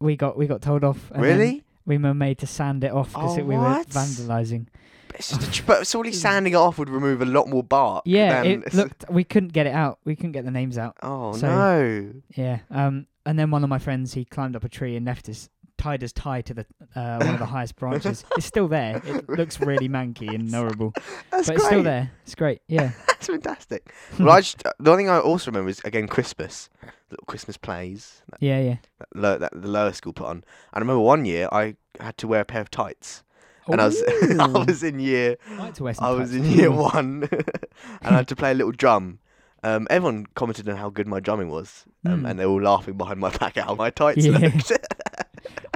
Speaker 2: we got we got told off. And then
Speaker 1: Really?
Speaker 2: We were made to sand it off because
Speaker 1: Oh,
Speaker 2: we
Speaker 1: what?
Speaker 2: were vandalising.
Speaker 1: But
Speaker 2: [sighs]
Speaker 1: It's just a tr- but surely sanding it off would remove a lot more bark.
Speaker 2: Yeah,
Speaker 1: than
Speaker 2: it looked. We couldn't get it out. We couldn't get the names out.
Speaker 1: [laughs] Oh
Speaker 2: so-
Speaker 1: no!
Speaker 2: Yeah. Um. And then one of my friends he climbed up a tree and left us tied us tie to the uh, one of
Speaker 1: [laughs]
Speaker 2: the highest branches. It's still there. It looks really manky and horrible,
Speaker 1: That's
Speaker 2: but
Speaker 1: great.
Speaker 2: it's still there. It's great. Yeah.
Speaker 1: [laughs] That's fantastic.
Speaker 2: [laughs]
Speaker 1: well, I just, the only thing I also remember is again Christmas, little Christmas plays that,
Speaker 2: Yeah, yeah.
Speaker 1: that, lo- that the lower school put on. And I remember one year I had to wear a pair of tights, and I was [laughs] I
Speaker 2: Ooh.
Speaker 1: was in year
Speaker 2: Right to West
Speaker 1: I
Speaker 2: and
Speaker 1: was
Speaker 2: Touch.
Speaker 1: in
Speaker 2: [laughs]
Speaker 1: year one, [laughs] and I had to play a little drum. Um, everyone commented on how good my drumming was, um,
Speaker 2: Mm.
Speaker 1: and they were all laughing behind my back at how my tights
Speaker 2: Yeah. [laughs]
Speaker 1: looked. [laughs]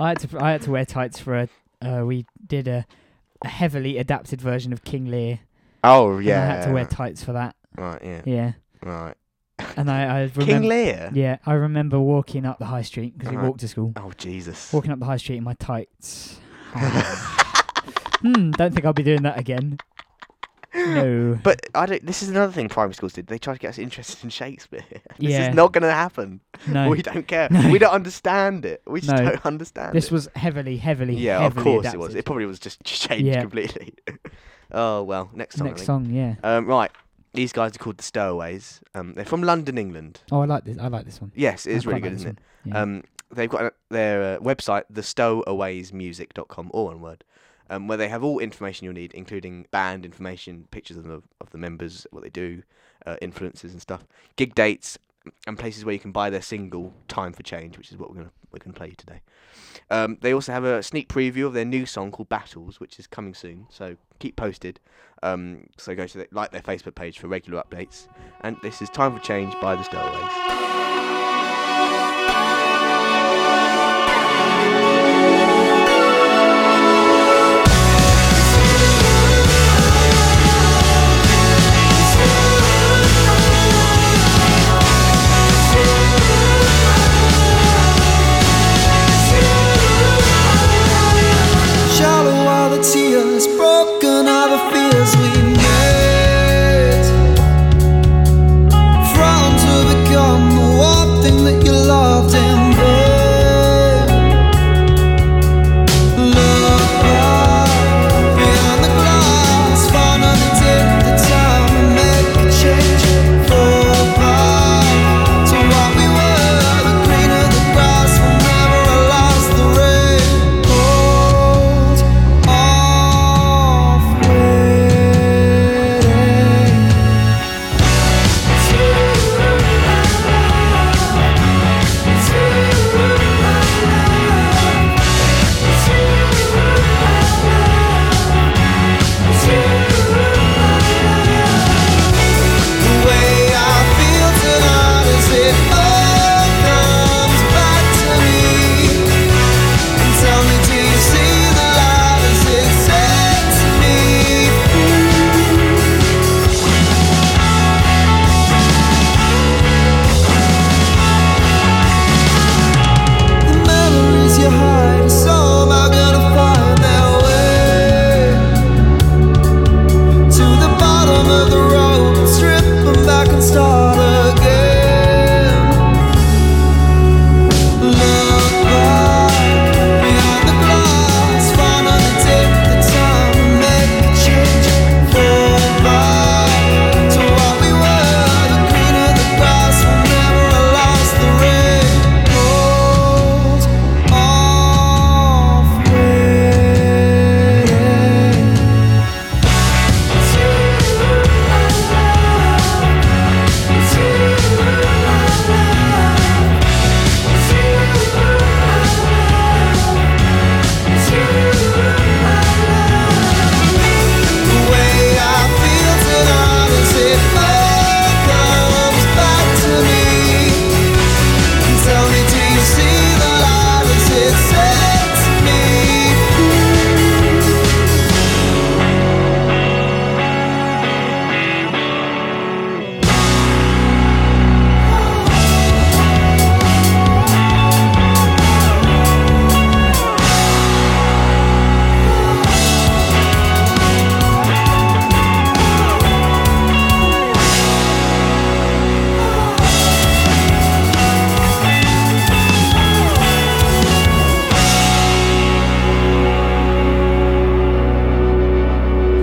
Speaker 2: I had to I had to wear tights for a. Uh, we did a, a heavily adapted version of King Lear.
Speaker 1: oh
Speaker 2: and
Speaker 1: yeah,
Speaker 2: I had to wear tights for that.
Speaker 1: right, yeah,
Speaker 2: Yeah.
Speaker 1: right.
Speaker 2: And I I
Speaker 1: King
Speaker 2: remember.
Speaker 1: Lear.
Speaker 2: Yeah, I remember walking up the high street because we
Speaker 1: Alright.
Speaker 2: walked to school.
Speaker 1: Oh Jesus.
Speaker 2: Walking up the high street in my
Speaker 1: [laughs]
Speaker 2: tights. Hmm. Don't think I'll be doing that again. No.
Speaker 1: But I don't. This is another thing primary schools did. They tried to get us interested in Shakespeare. [laughs] this
Speaker 2: Yeah.
Speaker 1: is not going to happen.
Speaker 2: No.
Speaker 1: We don't care.
Speaker 2: No.
Speaker 1: We don't understand it. We just
Speaker 2: No.
Speaker 1: don't understand
Speaker 2: This
Speaker 1: it.
Speaker 2: was heavily, heavily,
Speaker 1: yeah, of
Speaker 2: heavily
Speaker 1: course
Speaker 2: adapted.
Speaker 1: it was. It probably was just [laughs] changed
Speaker 2: Yeah.
Speaker 1: completely. [laughs] oh well, next time. I
Speaker 2: Next
Speaker 1: think.
Speaker 2: song, yeah.
Speaker 1: Um, right. These guys are called the Stowaways. Um, they're from London, England.
Speaker 2: Oh, I like this. I like this one.
Speaker 1: Yes, it
Speaker 2: I
Speaker 1: is really
Speaker 2: quite
Speaker 1: good,
Speaker 2: like
Speaker 1: isn't it?
Speaker 2: this one. Yeah.
Speaker 1: Um, they've got a, their uh, website, thestowawaysmusic.com, all one word, um, where they have all information you'll need, including band information, pictures of the, of the members, what they do, uh, influences and stuff, gig dates, and places where you can buy their single "Time for Change," which is what we're gonna we're gonna play today. Um, they also have a sneak preview of their new song called "Battles," which is coming soon. So keep posted. Um, so go to the, like their Facebook page for regular updates. And this is "Time for Change" by the Stowaways.
Speaker 3: Shallow are the tears, broken are the fears we made. From to become the one thing that you loved in vain. Look back behind the glass, finally take the time and make a change. Fall back to what we were. The greener the grass, whenever I lost the rain. Hold off waiting. The way I feel tonight is it all comes back to me. And tell me, do you see the light as it sets me The memories you hide are somehow gonna find their way to the bottom of the road. Strip 'em back and start again. Look back behind the glass. Finally take the time and make a change. Fall back to what we were. The greener the grass, whenever I lost the rain. Hold off waiting. The way I feel tonight is it all comes back to me. Tell me, do you see the light as it sets me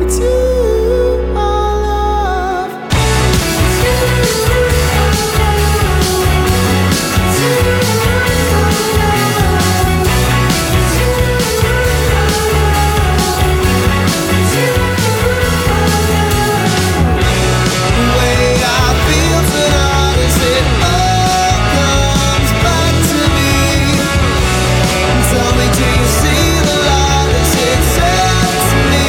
Speaker 3: It's you I love. The way I feel tonight is it all comes back to me. Tell me, do you see the light as it sets me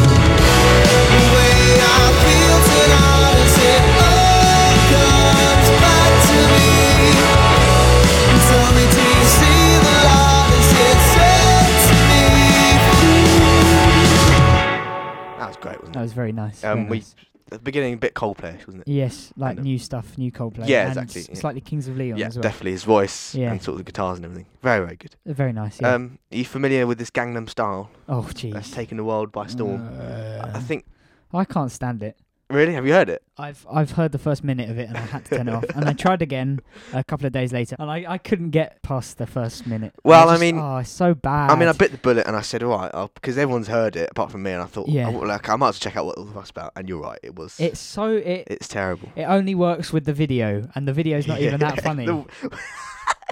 Speaker 3: the way I feel tonight is it all comes back to me. Tell me, do you see the light as it sets me
Speaker 1: That was great, wasn't it?
Speaker 2: that was very nice.
Speaker 1: Um,
Speaker 2: very
Speaker 1: we
Speaker 2: nice.
Speaker 1: at the beginning a bit Coldplay, wasn't it?
Speaker 2: Yes, like
Speaker 1: of-
Speaker 2: new stuff, new Coldplay.
Speaker 1: uh, Yeah,
Speaker 2: and
Speaker 1: exactly, yeah.
Speaker 2: Slightly Kings of Leon
Speaker 1: yeah,
Speaker 2: as well.
Speaker 1: definitely his voice
Speaker 2: Yeah.
Speaker 1: and sort of the guitars and everything. Very, very good.
Speaker 2: They're Very nice. Yeah.
Speaker 1: Um, are you familiar with this Gangnam Style
Speaker 2: oh, jeez.
Speaker 1: that's taken the world by storm? I- I
Speaker 2: Uh,
Speaker 1: think
Speaker 2: I can't stand it.
Speaker 1: Really? Have you heard it?
Speaker 2: I've I've heard the first minute of it and I had to turn it off. And I tried again a couple of days later, and I, I couldn't get past the first minute. And
Speaker 1: Well, I
Speaker 2: just-
Speaker 1: mean-
Speaker 2: oh, it's so bad.
Speaker 1: I mean, I bit the bullet and I said, all right, because everyone's heard it apart from me, and I thought,
Speaker 2: Yeah.
Speaker 1: yeah. like, I might as well check out what it was about. And you're right, it was.
Speaker 2: it's so it
Speaker 1: it's terrible.
Speaker 2: it only works with the video, and the video's not even
Speaker 1: [laughs]
Speaker 2: that
Speaker 1: Yeah,
Speaker 2: funny.
Speaker 1: the-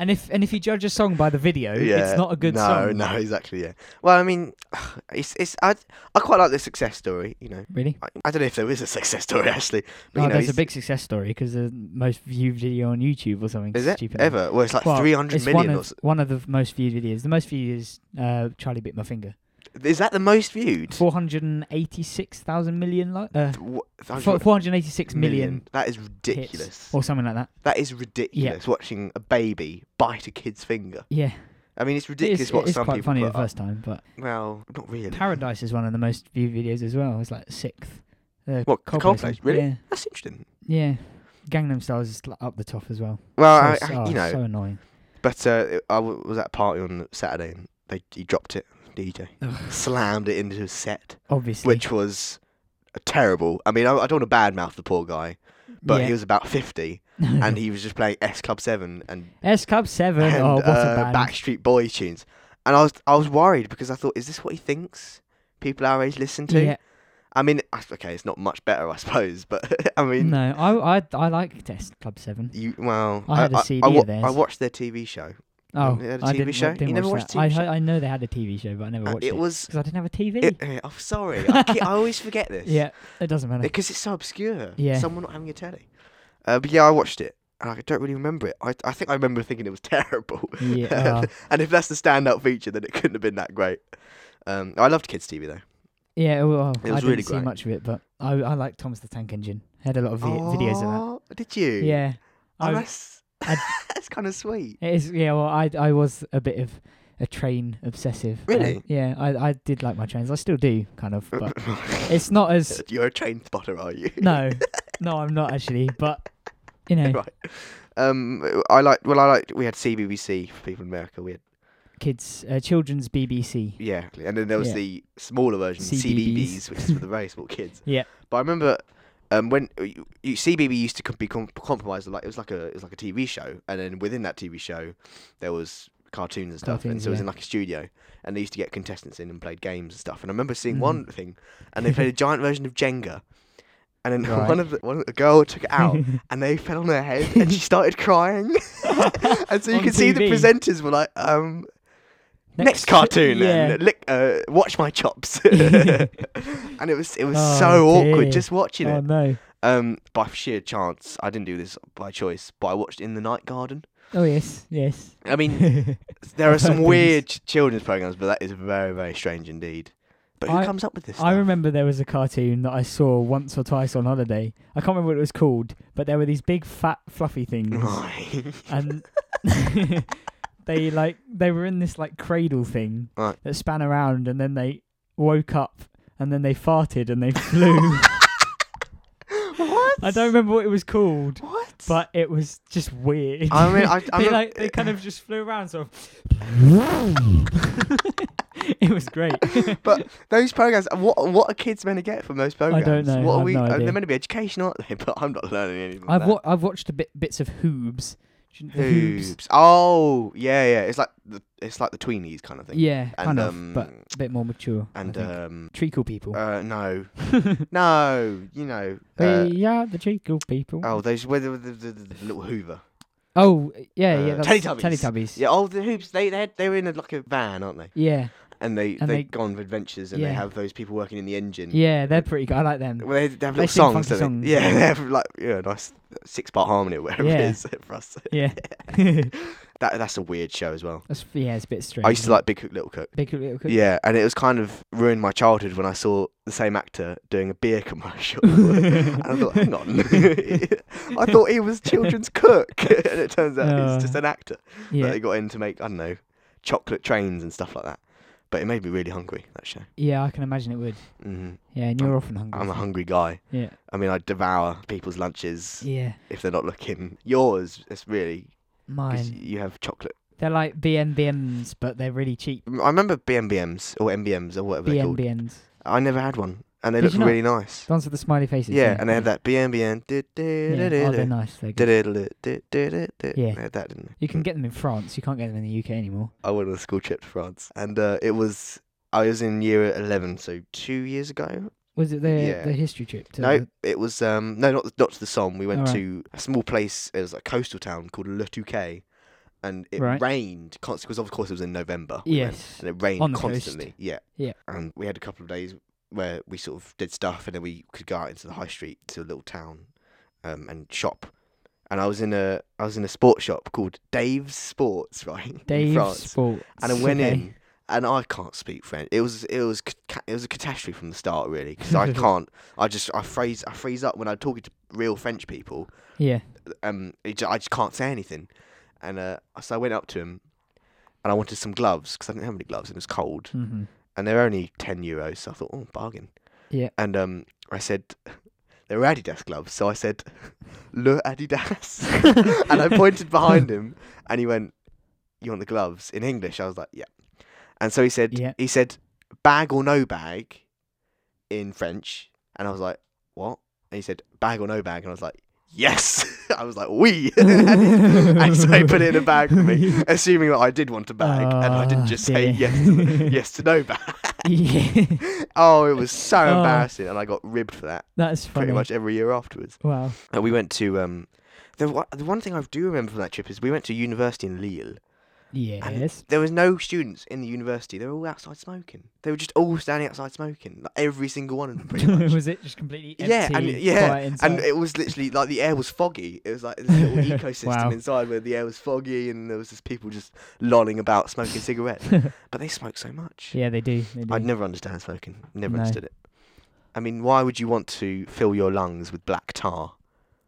Speaker 2: And if and if you judge a song by the video,
Speaker 1: yeah,
Speaker 2: it's not a good
Speaker 1: no,
Speaker 2: song.
Speaker 1: No, exactly. Yeah. Well, I mean, [sighs] it's it's I I quite like the success story. You know,
Speaker 2: Really?
Speaker 1: I, I don't know if there is a success story [laughs] actually, but
Speaker 2: Oh,
Speaker 1: you know,
Speaker 2: there's a
Speaker 1: it's-
Speaker 2: big success story because the most viewed video on YouTube or something.
Speaker 1: is it
Speaker 2: stupid like that.
Speaker 1: ever? Well, it's like
Speaker 2: Well,
Speaker 1: three hundred
Speaker 2: it's
Speaker 1: million.
Speaker 2: One
Speaker 1: or
Speaker 2: of, one of the most viewed videos. The most viewed is uh, Charlie bit
Speaker 1: [laughs]
Speaker 2: my
Speaker 1: so.
Speaker 2: finger.
Speaker 1: Is that the most viewed?
Speaker 2: Four hundred and eighty-six thousand million like uh,
Speaker 1: Wha-
Speaker 2: four
Speaker 1: 100
Speaker 2: hundred eighty-six million
Speaker 1: million. That is
Speaker 2: hits
Speaker 1: ridiculous.
Speaker 2: or something like that.
Speaker 1: That is ridiculous. Watching a baby bite a kid's finger.
Speaker 2: Yeah,
Speaker 1: I mean, it's
Speaker 2: it
Speaker 1: ridiculous
Speaker 2: is,
Speaker 1: what
Speaker 2: it is
Speaker 1: some
Speaker 2: quite
Speaker 1: people
Speaker 2: funny
Speaker 1: put
Speaker 2: the
Speaker 1: up.
Speaker 2: first time,
Speaker 1: [laughs]
Speaker 2: but
Speaker 1: Well, not really.
Speaker 2: Paradise is one of the most viewed videos as well. It's like sixth. The
Speaker 1: What, the Coldplay
Speaker 2: song.
Speaker 1: song? Really?
Speaker 2: Yeah,
Speaker 1: That's interesting.
Speaker 2: yeah. Gangnam Style is like, up the top as well.
Speaker 1: Well,
Speaker 2: so,
Speaker 1: Uh, I,
Speaker 2: oh,
Speaker 1: I, you know,
Speaker 2: so annoying.
Speaker 1: but uh, it- I w- was at a party on Saturday and they he dropped it, DJ, slammed it into his set,
Speaker 2: Obviously,
Speaker 1: which was a terrible. I mean, I, I don't want to badmouth the poor guy, but
Speaker 2: yeah. [laughs]
Speaker 1: he was about fifty and he was just playing S Club Seven and,
Speaker 2: S Club Seven.
Speaker 1: and
Speaker 2: oh, what a
Speaker 1: uh,
Speaker 2: band.
Speaker 1: Backstreet Boys tunes, and I was I was worried because I thought, is this what he thinks people our age listen to?
Speaker 2: yeah,
Speaker 1: I mean, I- okay, it's not much better, I [laughs] suppose, but I mean,
Speaker 2: no, I I I like Test Club Seven.
Speaker 1: You well,
Speaker 2: I had a
Speaker 1: a
Speaker 2: CD
Speaker 1: I,
Speaker 2: of
Speaker 1: wa-
Speaker 2: theirs.
Speaker 1: I watched their TV show.
Speaker 2: Oh,
Speaker 1: they had a
Speaker 2: I
Speaker 1: TV
Speaker 2: didn't, wa-
Speaker 1: show?
Speaker 2: didn't
Speaker 1: You never
Speaker 2: watch
Speaker 1: watched
Speaker 2: that.
Speaker 1: a
Speaker 2: I,
Speaker 1: TV show?
Speaker 2: I I know they had a TV show, but I never
Speaker 1: and
Speaker 2: watched
Speaker 1: it
Speaker 2: it
Speaker 1: was.
Speaker 2: because I didn't have a TV.
Speaker 1: It, eh, I'm sorry, I, ke- I always
Speaker 2: [laughs]
Speaker 1: forget this.
Speaker 2: yeah, it doesn't matter.
Speaker 1: because it's so obscure.
Speaker 2: Yeah.
Speaker 1: someone not having a telly. Uh, but yeah, I watched it, and I don't really remember it. I I think I remember thinking it was [laughs] terrible. [laughs]
Speaker 2: yeah, uh,
Speaker 1: and if that's the standout feature, then it couldn't have been that great. Um, I loved kids' TV though.
Speaker 2: yeah. oh, Well,
Speaker 1: It was
Speaker 2: I didn't
Speaker 1: really
Speaker 2: see
Speaker 1: great.
Speaker 2: much of it, but I I like Thomas the Tank Engine. I had a lot of vi- videos of
Speaker 1: Oh, Did you?
Speaker 2: that. Yeah,
Speaker 1: Oh,
Speaker 2: I-
Speaker 1: that's
Speaker 2: I-
Speaker 1: [laughs] that's kind of sweet.
Speaker 2: it is. Yeah, well, I I was a bit of a train obsessive. Uh,
Speaker 1: Really?
Speaker 2: yeah, I I did like my trains. I still do, kind of, but
Speaker 1: [laughs]
Speaker 2: it's not as
Speaker 1: You're a train spotter, are you? [laughs]
Speaker 2: no, no, I'm not actually, but you know,
Speaker 1: Right. Um, I like. Well, I like. We had CBBC for people in America. We had
Speaker 2: kids, uh, children's BBC.
Speaker 1: yeah, and then there was
Speaker 2: Yeah.
Speaker 1: the smaller version,
Speaker 2: CBBS.
Speaker 1: CBBS, which is for the very
Speaker 2: [laughs]
Speaker 1: small kids.
Speaker 2: Yeah.
Speaker 1: But I remember, um, when you, you, CBB used to com- be com- compromised. Like it was like a it was like a TV show, and then within that TV show, there was cartoons and stuff, and
Speaker 2: Cartoons,
Speaker 1: so it was
Speaker 2: yeah.
Speaker 1: in like a studio, and they used to get contestants in and played games and stuff. And I remember seeing
Speaker 2: Mhm.
Speaker 1: one thing, and they played a giant version of Jenga. And then [laughs]
Speaker 2: Right.
Speaker 1: one of the one of the girl took it
Speaker 2: [laughs]
Speaker 1: out, and they fell on her head, and she started crying. [laughs] and so you
Speaker 2: On
Speaker 1: could see the
Speaker 2: TV.
Speaker 1: presenters were like, um, next,
Speaker 2: tri-
Speaker 1: cartoon,
Speaker 2: [laughs] yeah.
Speaker 1: then lick, uh, watch my
Speaker 2: [laughs]
Speaker 1: chops. and it was it was so
Speaker 2: Oh, dear.
Speaker 1: awkward just watching
Speaker 2: Oh
Speaker 1: it.
Speaker 2: no.
Speaker 1: Um, by sheer chance, I didn't do this by choice, but I watched In the Night Garden.
Speaker 2: Oh yes, yes.
Speaker 1: I
Speaker 2: [laughs]
Speaker 1: mean, there are
Speaker 2: I've heard
Speaker 1: some
Speaker 2: these.
Speaker 1: weird ch- children's programs, but that is very very strange indeed. But who
Speaker 2: I-
Speaker 1: comes up with this?
Speaker 2: I
Speaker 1: stuff?
Speaker 2: remember there was a cartoon that I saw once or twice on holiday. I can't remember what it was called, but there were these big fat fluffy things
Speaker 1: Oh,
Speaker 2: [laughs]
Speaker 1: Right.
Speaker 2: and [laughs] they like they were in this like cradle thing
Speaker 1: Right.
Speaker 2: that span around and then they woke up and then they farted and they flew.
Speaker 1: [laughs] what?
Speaker 2: I don't remember what it was called,
Speaker 1: What?
Speaker 2: but it was just weird.
Speaker 1: I
Speaker 2: [laughs]
Speaker 1: mean, I, I'm
Speaker 2: they
Speaker 1: not-
Speaker 2: like they kind of just flew around sort
Speaker 1: [laughs]
Speaker 2: of [laughs] It was great.
Speaker 1: [laughs] But those programs, what what are kids meant to get from those programs?
Speaker 2: know,
Speaker 1: What
Speaker 2: I
Speaker 1: are
Speaker 2: have
Speaker 1: we?
Speaker 2: no
Speaker 1: uh,
Speaker 2: idea.
Speaker 1: They're meant to be educational, [laughs] aren't they? But I'm not learning anything. from
Speaker 2: I've
Speaker 1: that.
Speaker 2: wa- I've watched a bit bits of Hoobs. Do you know the Hoobs.
Speaker 1: Hoops. Oh yeah, yeah. It's like the it's like the tweenies kind of thing.
Speaker 2: Yeah,
Speaker 1: And,
Speaker 2: kind
Speaker 1: um,
Speaker 2: of, but a bit more mature. I
Speaker 1: And
Speaker 2: think.
Speaker 1: um,
Speaker 2: treacle people. [laughs]
Speaker 1: uh, no, no, you know, uh,
Speaker 2: we are the treacle people.
Speaker 1: oh those where the, the, the, the little Hoover.
Speaker 2: oh yeah, yeah.
Speaker 1: uh,
Speaker 2: That's
Speaker 1: Teletubbies.
Speaker 2: Teletubbies.
Speaker 1: Yeah, oh the hoops. They they had, they were in a, like a van, aren't they?
Speaker 2: Yeah,
Speaker 1: And they
Speaker 2: And
Speaker 1: they,
Speaker 2: they-
Speaker 1: go on adventures and
Speaker 2: yeah.
Speaker 1: they have those people working in the engine.
Speaker 2: yeah. They're pretty good. I like them.
Speaker 1: [laughs] Well, they, they have
Speaker 2: They
Speaker 1: little
Speaker 2: sing
Speaker 1: songs,
Speaker 2: funky
Speaker 1: don't they?
Speaker 2: songs.
Speaker 1: Yeah, [laughs] they have like yeah, nice six part harmony or whatever
Speaker 2: Yeah.
Speaker 1: it is [laughs] for us.
Speaker 2: Yeah,
Speaker 1: That that's a weird show as well.
Speaker 2: that's, yeah. It's a bit strange.
Speaker 1: I used to like Big Cook Little Cook.
Speaker 2: Big Little Cook.
Speaker 1: Yeah, and it was kind of ruined my childhood when I saw the same actor doing a beer [laughs]
Speaker 2: [laughs]
Speaker 1: commercial. and I thought, hang on. [laughs] I thought he was children's
Speaker 2: [laughs]
Speaker 1: cook. [laughs] and it turns out
Speaker 2: Oh.
Speaker 1: he's just an actor that
Speaker 2: yeah,
Speaker 1: they got in to make, I don't know, chocolate trains and stuff like that. But it made me really hungry, that show.
Speaker 2: yeah. I can imagine it would.
Speaker 1: hmm
Speaker 2: Yeah, and you're often hungry.
Speaker 1: I'm a
Speaker 2: so-
Speaker 1: hungry guy.
Speaker 2: Yeah,
Speaker 1: I mean, I devour people's lunches
Speaker 2: yeah.
Speaker 1: if they're not looking. Yours, it's really, because
Speaker 2: Mine.
Speaker 1: you have chocolate.
Speaker 2: They're like BMBMs, but they're really cheap.
Speaker 1: I remember BMBMs or MBMs or whatever they're called.
Speaker 2: BMBMs.
Speaker 1: I never had one. and they
Speaker 2: Did
Speaker 1: looked
Speaker 2: you not?
Speaker 1: really nice.
Speaker 2: The ones with the smiley faces.
Speaker 1: Yeah, and they had that BNBN.
Speaker 2: Yeah. Oh, they're nice. They're good. Yeah.
Speaker 1: Yeah, that didn't. they?
Speaker 2: You can get them in France. You can't get them in the UK anymore.
Speaker 1: I went on a school trip to France, and uh, it was I was in year eleven, so two years ago.
Speaker 2: Was it the
Speaker 1: Yeah.
Speaker 2: the history trip? To
Speaker 1: no,
Speaker 2: the-
Speaker 1: it was um no, not not to the Somme. We went
Speaker 2: Alright.
Speaker 1: to a small place. It was a coastal town called Le Touquet, and it
Speaker 2: Right.
Speaker 1: rained constantly. Because of course it was in November. we went,
Speaker 2: Yes.
Speaker 1: and it rained
Speaker 2: On the coast.
Speaker 1: constantly. Yeah,
Speaker 2: Yeah.
Speaker 1: And we had a couple of days where we sort of did stuff, and then we could go out into the high street to a little town, um, and shop. And I was in a I was in a sports shop called Dave's Sports, [laughs] right? in
Speaker 2: Dave
Speaker 1: France
Speaker 2: Sports.
Speaker 1: and I went
Speaker 2: okay.
Speaker 1: in, and I can't speak French. It was it was ca- it was a catastrophe from the start, really, because
Speaker 2: [laughs]
Speaker 1: I can't. I just I freeze I freeze up when I'm talking to real French people.
Speaker 2: [laughs] Yeah.
Speaker 1: Um, it, ju- I just can't say anything, and uh, so I went up to him, and I wanted some gloves because I didn't have any gloves and it was cold, [laughs]
Speaker 2: hmm
Speaker 1: and they're only ten euros, so I thought, oh, bargain.
Speaker 2: Yeah.
Speaker 1: And um, I said. [laughs] They were Adidas gloves, so I said, [laughs] "Le Adidas," [laughs] and I pointed behind
Speaker 2: [laughs]
Speaker 1: him, and he went, "You want the gloves in English?" I was like, "Yeah." And so he said,
Speaker 2: Yeah.
Speaker 1: he said, "Bag or no bag," in French, and I was like, "What?" And he said, "Bag or no bag," and I was like, "Yes." [laughs] I was like, "We," and, he- [laughs] and so he put it in a bag for me,
Speaker 2: [laughs]
Speaker 1: assuming that I did want a bag, and I
Speaker 2: Ah,
Speaker 1: didn't just say
Speaker 2: dear.
Speaker 1: yes, to, yes to no
Speaker 2: [laughs]
Speaker 1: bag.
Speaker 2: yeah. [laughs]
Speaker 1: Oh, it was so
Speaker 2: Oh.
Speaker 1: embarrassing, and I got ribbed for that
Speaker 2: That's funny.
Speaker 1: pretty much every year afterwards.
Speaker 2: Wow.
Speaker 1: And we went to um, the one, the one thing I do remember from that trip is we went to university in Lille. And
Speaker 2: Yes.
Speaker 1: There was no students in the university. They were all outside smoking. They were just all standing outside smoking, like every single one of them, pretty
Speaker 2: [laughs]
Speaker 1: much.
Speaker 2: was it just completely empty?
Speaker 1: yeah, and yeah,
Speaker 2: quiet
Speaker 1: and
Speaker 2: inside?
Speaker 1: it was literally like the air was foggy. It was like this little ecosystem
Speaker 2: [laughs] Wow.
Speaker 1: inside where the air was foggy, and there was just people just lolling about smoking
Speaker 2: [laughs]
Speaker 1: cigarettes. But they smoke so much.
Speaker 2: yeah, they do. They do.
Speaker 1: I'd never understand smoking. Never
Speaker 2: No.
Speaker 1: understood it. I mean, why would you want to fill your lungs with black tar?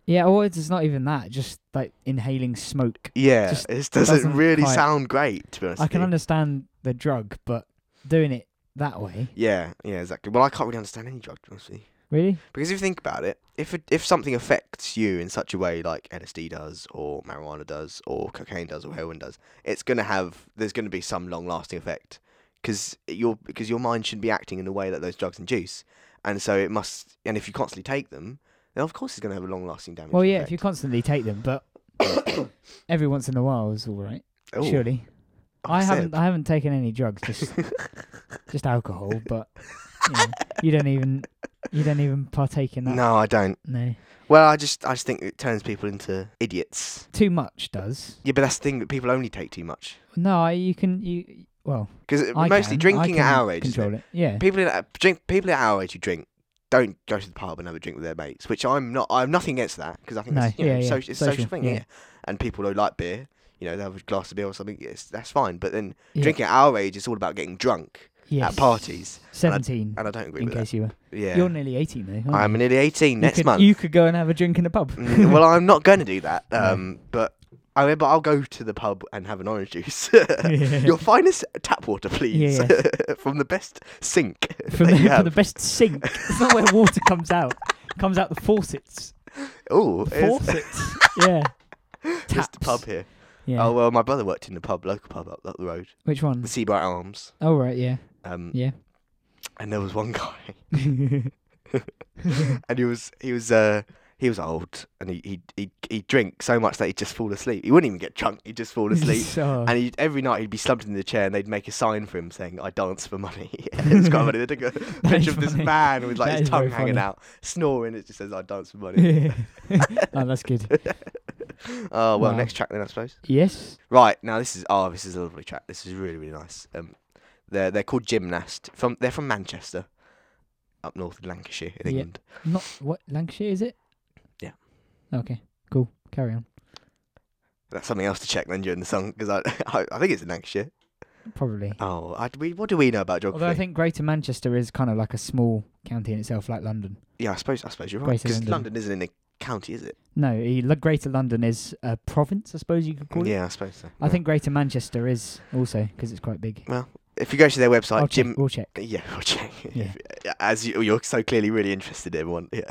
Speaker 2: Yeah, or it's not even that. Just like inhaling smoke.
Speaker 1: Yeah,
Speaker 2: Just
Speaker 1: it doesn't,
Speaker 2: doesn't
Speaker 1: really
Speaker 2: quite-
Speaker 1: sound great, to be honest.
Speaker 2: I
Speaker 1: with
Speaker 2: can
Speaker 1: you.
Speaker 2: understand the drug, but doing it that way,
Speaker 1: Yeah, yeah, exactly. Well, I can't really understand any drug, honestly.
Speaker 2: really?
Speaker 1: Because if you think about it, if it, if something affects you in such a way like LSD does, or marijuana does, or cocaine does, or heroin does, it's gonna have there's gonna be some long lasting effect. Because your because your mind shouldn't be acting in the way that those drugs induce, and so it must. And if you constantly take them, then of course it's gonna have a long lasting damage.
Speaker 2: Well, yeah,
Speaker 1: effect.
Speaker 2: if you constantly take them,
Speaker 1: [coughs]
Speaker 2: but every once in a while is all right.
Speaker 1: Oh,
Speaker 2: Surely.
Speaker 1: oh,
Speaker 2: I
Speaker 1: sip.
Speaker 2: haven't. I haven't taken any drugs.
Speaker 1: [laughs]
Speaker 2: Just just alcohol, but you, know, you don't even you don't even partake in
Speaker 1: [laughs]
Speaker 2: that.
Speaker 1: No, I don't.
Speaker 2: No.
Speaker 1: Well, I just I just think it turns people into idiots.
Speaker 2: Too much does.
Speaker 1: Yeah, but that's the thing that people only take too much
Speaker 2: No, I, you can you well.
Speaker 1: because
Speaker 2: I
Speaker 1: Uh, mostly
Speaker 2: can,
Speaker 1: drinking
Speaker 2: I
Speaker 1: at
Speaker 2: can
Speaker 1: our age. isn't it?
Speaker 2: Control it. Yeah.
Speaker 1: People at drink people at our age who drink don't go to the pub and have a drink with their mates, which I'm not. I'm nothing against that because I think
Speaker 2: No,
Speaker 1: that's, you know,
Speaker 2: yeah, yeah,
Speaker 1: social, it's a social
Speaker 2: social,
Speaker 1: thing.
Speaker 2: yeah.
Speaker 1: Yeah. and people who like beer, you know, they have a glass of beer or something. Yes, that's fine. But then
Speaker 2: Yeah.
Speaker 1: drinking at our age, it's all about getting drunk
Speaker 2: Yes.
Speaker 1: at parties,
Speaker 2: Seventeen.
Speaker 1: and I don't agree
Speaker 2: in
Speaker 1: with
Speaker 2: case you were.
Speaker 1: that. Yeah,
Speaker 2: You're nearly eighteen though. aren't you?
Speaker 1: I'm nearly 18
Speaker 2: You
Speaker 1: next
Speaker 2: could,
Speaker 1: month.
Speaker 2: You could go and have a drink in a pub.
Speaker 1: Mm, [laughs] well, [laughs] I'm not going to do that.
Speaker 2: No.
Speaker 1: Um, but I remember I'll go to the pub and have an orange juice.
Speaker 2: [laughs] Yeah. [laughs]
Speaker 1: Your finest tap water, please,
Speaker 2: Yeah,
Speaker 1: [laughs] from the best sink
Speaker 2: from
Speaker 1: that [laughs] you
Speaker 2: the, [laughs] from
Speaker 1: have.
Speaker 2: the best sink. It's not where water
Speaker 1: [laughs]
Speaker 2: comes out. It comes out the faucets.
Speaker 1: Oh,
Speaker 2: The
Speaker 1: it's
Speaker 2: faucets. yeah.
Speaker 1: [laughs] just
Speaker 2: Taps.
Speaker 1: the pub here.
Speaker 2: Yeah.
Speaker 1: Oh well, my brother worked in the pub, local pub up, up the road,
Speaker 2: Which one?
Speaker 1: the Seabright Arms.
Speaker 2: Oh right, yeah.
Speaker 1: Um,
Speaker 2: Yeah.
Speaker 1: and there was one
Speaker 2: [laughs]
Speaker 1: guy, [laughs] and he was he was uh he was old, and he he he he'd drink so much that he'd just fall asleep. He wouldn't even get drunk; he'd just
Speaker 2: [laughs]
Speaker 1: fall asleep.
Speaker 2: So-
Speaker 1: And he'd, every night he'd be slumped in the chair, and they'd make a sign for him saying, "I dance for money." [laughs] it's quite funny. They took
Speaker 2: [laughs]
Speaker 1: a
Speaker 2: is
Speaker 1: picture of this
Speaker 2: funny.
Speaker 1: man with
Speaker 2: That
Speaker 1: like his
Speaker 2: is very
Speaker 1: tongue hanging
Speaker 2: funny.
Speaker 1: out, snoring. It just says, "I dance for money." [laughs]
Speaker 2: [laughs] Yeah. oh, that's good.
Speaker 1: Oh well,
Speaker 2: Wow.
Speaker 1: next track then, I suppose.
Speaker 2: Yes.
Speaker 1: Right now, this is oh, this is a lovely track. This is really really nice. Um, they're they're called Gymnast. From they're from Manchester, up north in Lancashire, in
Speaker 2: Yeah.
Speaker 1: England.
Speaker 2: Not what Lancashire is it?
Speaker 1: Yeah.
Speaker 2: Okay. Cool. Carry on.
Speaker 1: That's something else to check then during the song because I, [laughs] I I think it's in Lancashire.
Speaker 2: Probably.
Speaker 1: Oh, I, we, what do we know about geography?
Speaker 2: Although I think Greater Manchester is kind of like a small county in itself, like London.
Speaker 1: yeah, I suppose I suppose you're right
Speaker 2: Greater
Speaker 1: because London.
Speaker 2: London.
Speaker 1: isn't in a county, is it?
Speaker 2: No, e- Lo- Greater London is a province, I suppose you could call it.
Speaker 1: Yeah, I suppose so.
Speaker 2: I
Speaker 1: Yeah.
Speaker 2: think Greater Manchester is also because it's quite big.
Speaker 1: if you go to their website,
Speaker 2: I'll check-
Speaker 1: gym.
Speaker 2: we'll check.
Speaker 1: [laughs] Yeah, we'll check.
Speaker 2: Yeah.
Speaker 1: [laughs] As you, you're so clearly really interested, everyone. Yeah.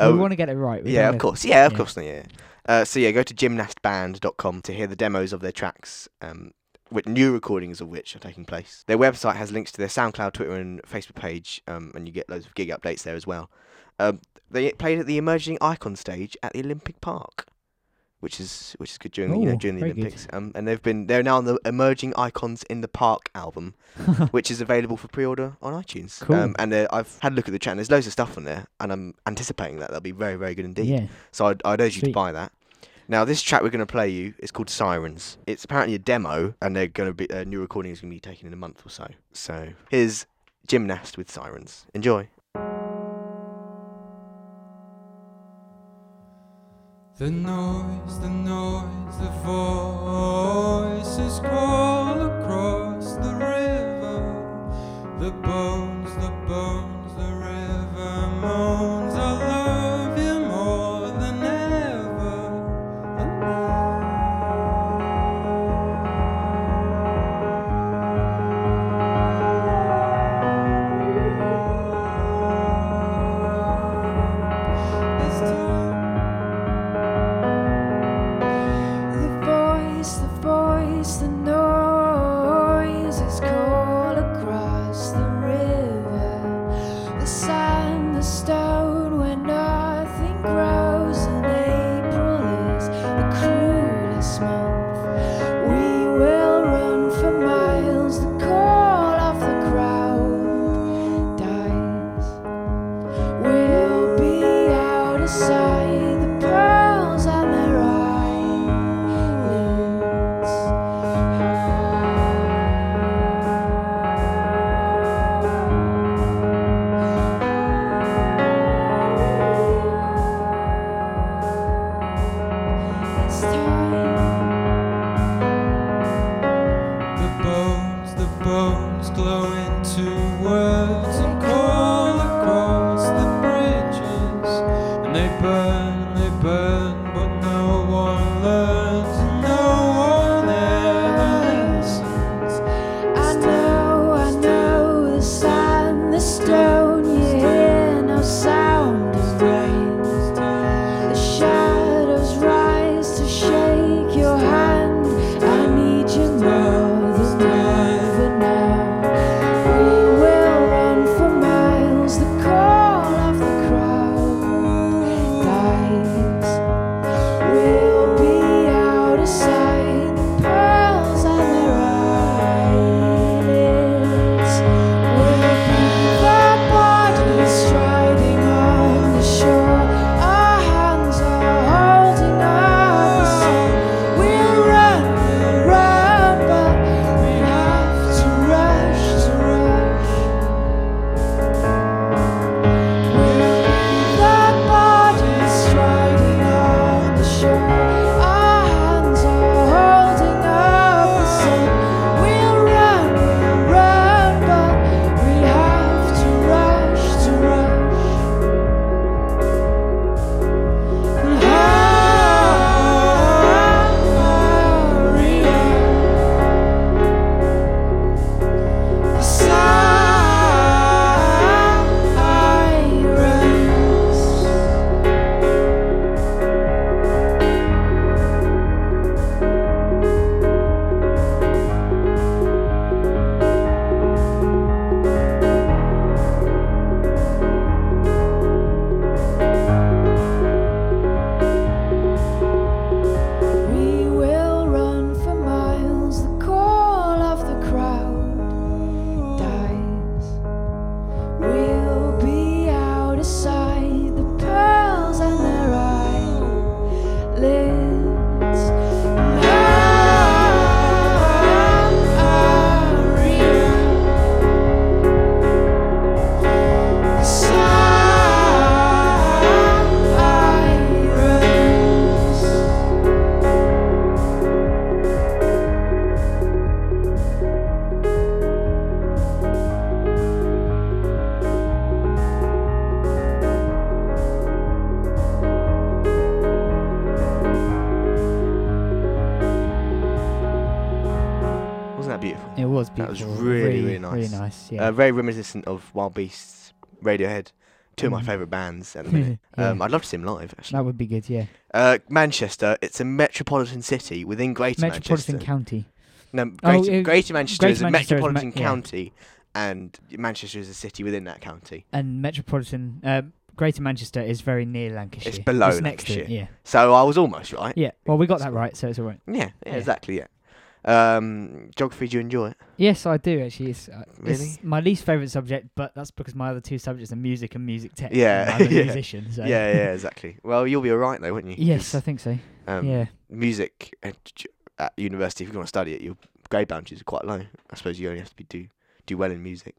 Speaker 2: we
Speaker 1: Um,
Speaker 2: want to get it right. We
Speaker 1: Yeah,
Speaker 2: don't
Speaker 1: of
Speaker 2: wanna-
Speaker 1: course. Yeah, of
Speaker 2: yeah.
Speaker 1: course. Yeah. Uh, so yeah, go to gymnastband.com to hear the demos of their tracks. Um, which new recordings of which are taking place. Their website has links to their SoundCloud, Twitter, and Facebook page, um, and you get loads of gig updates there as well. Um, they played at the Emerging Icon stage at the Olympic Park, which is which is good during the, you know
Speaker 2: Ooh,
Speaker 1: during the
Speaker 2: very good.
Speaker 1: Olympics. Um, and they've been they're now on the Emerging Icons in the Park
Speaker 2: [laughs]
Speaker 1: album, which is available for pre-order on iTunes.
Speaker 2: Cool.
Speaker 1: Um, and uh, I've had a look at the chat. and There's loads of stuff on there, and I'm anticipating that that'll be very very good indeed.
Speaker 2: yeah.
Speaker 1: So I'd, I'd urge you to
Speaker 2: Sweet.
Speaker 1: buy that. Now, this track we're going to play you is called Sirens. It's apparently a demo, and they're going to be a new recording is going to be taken in a month or so. So here's Gymnast with Sirens. Enjoy.
Speaker 3: The noise, the noise, the voices call across the river. The bones, the bones, the river moans. I love you more than ever. This time.
Speaker 4: The voice, the voice, the noise is called across the river. The sand, the stone, where nothing grows, and April is the cruelest month. We will run for miles. The call of the crowd dies. We'll be out of sight. The pearls and their eyelids. It's time.
Speaker 3: The bones, the bones glow into words and call across the bridges. And they burn, they burn, but no one learns, and no one ever listens.
Speaker 4: I know, I know the sand, the stone. You hear no sound of rain. The shadows rise to shake your hand. I need you more than ever now. We will run for miles. The call of the crowd dies. We'll be out of sight. The pearls and their eyelids. We'll be the bodies striding on the shore. Our hands are holding up the sun. We'll run, we'll run, but we have to rush, to rush. Sirens. We will run for miles. The call of the crowd dies. We'll be out of sight. The pearls and their eyelids. Sirens.
Speaker 1: Wasn't that beautiful?
Speaker 2: It was
Speaker 1: That was
Speaker 2: beautiful.
Speaker 1: really, really
Speaker 2: Really
Speaker 1: nice.
Speaker 2: nice. Yeah.
Speaker 1: Uh, very reminiscent of Wild Beasts, Radiohead, two of my favourite bands at the minute.
Speaker 2: Mm-hmm. [laughs] Yeah.
Speaker 1: um, I'd love to see them live, actually.
Speaker 2: that would be good. Yeah.
Speaker 1: Uh, Manchester, it's a metropolitan city within Greater
Speaker 2: Metropolitan
Speaker 1: Manchester.
Speaker 2: County.
Speaker 1: No, Greater,
Speaker 2: uh,
Speaker 1: Greater Manchester
Speaker 2: Greater
Speaker 1: is a
Speaker 2: Manchester is ma-
Speaker 1: metropolitan
Speaker 2: yeah.
Speaker 1: county, and Manchester is a city within that county.
Speaker 2: and metropolitan uh, Greater Manchester is very near Lancashire.
Speaker 1: below
Speaker 2: next to it,
Speaker 1: Lancashire.
Speaker 2: yeah,
Speaker 1: So I was almost right.
Speaker 2: yeah. Well, we got
Speaker 1: That's
Speaker 2: that
Speaker 1: cool.
Speaker 2: right, so it's all right.
Speaker 1: Yeah, yeah,
Speaker 2: Yeah.
Speaker 1: exactly. Yeah. Um, geography, do you enjoy it?
Speaker 2: Yes, I do actually. It's, uh,
Speaker 1: Really?
Speaker 2: it's my least favorite subject, but that's because my other two subjects are music and music tech.
Speaker 1: Yeah,
Speaker 2: and I'm a
Speaker 1: [laughs] yeah.
Speaker 2: musician. So.
Speaker 1: Yeah, yeah, exactly. Well, you'll be all right though, won't you?
Speaker 2: [laughs] Yes, I
Speaker 1: 'Cause,
Speaker 2: think so.
Speaker 1: um,
Speaker 2: yeah.
Speaker 1: Music at, j- at university, if you're going to study it, your grade boundaries are quite low. I suppose you only have to be do do well in music.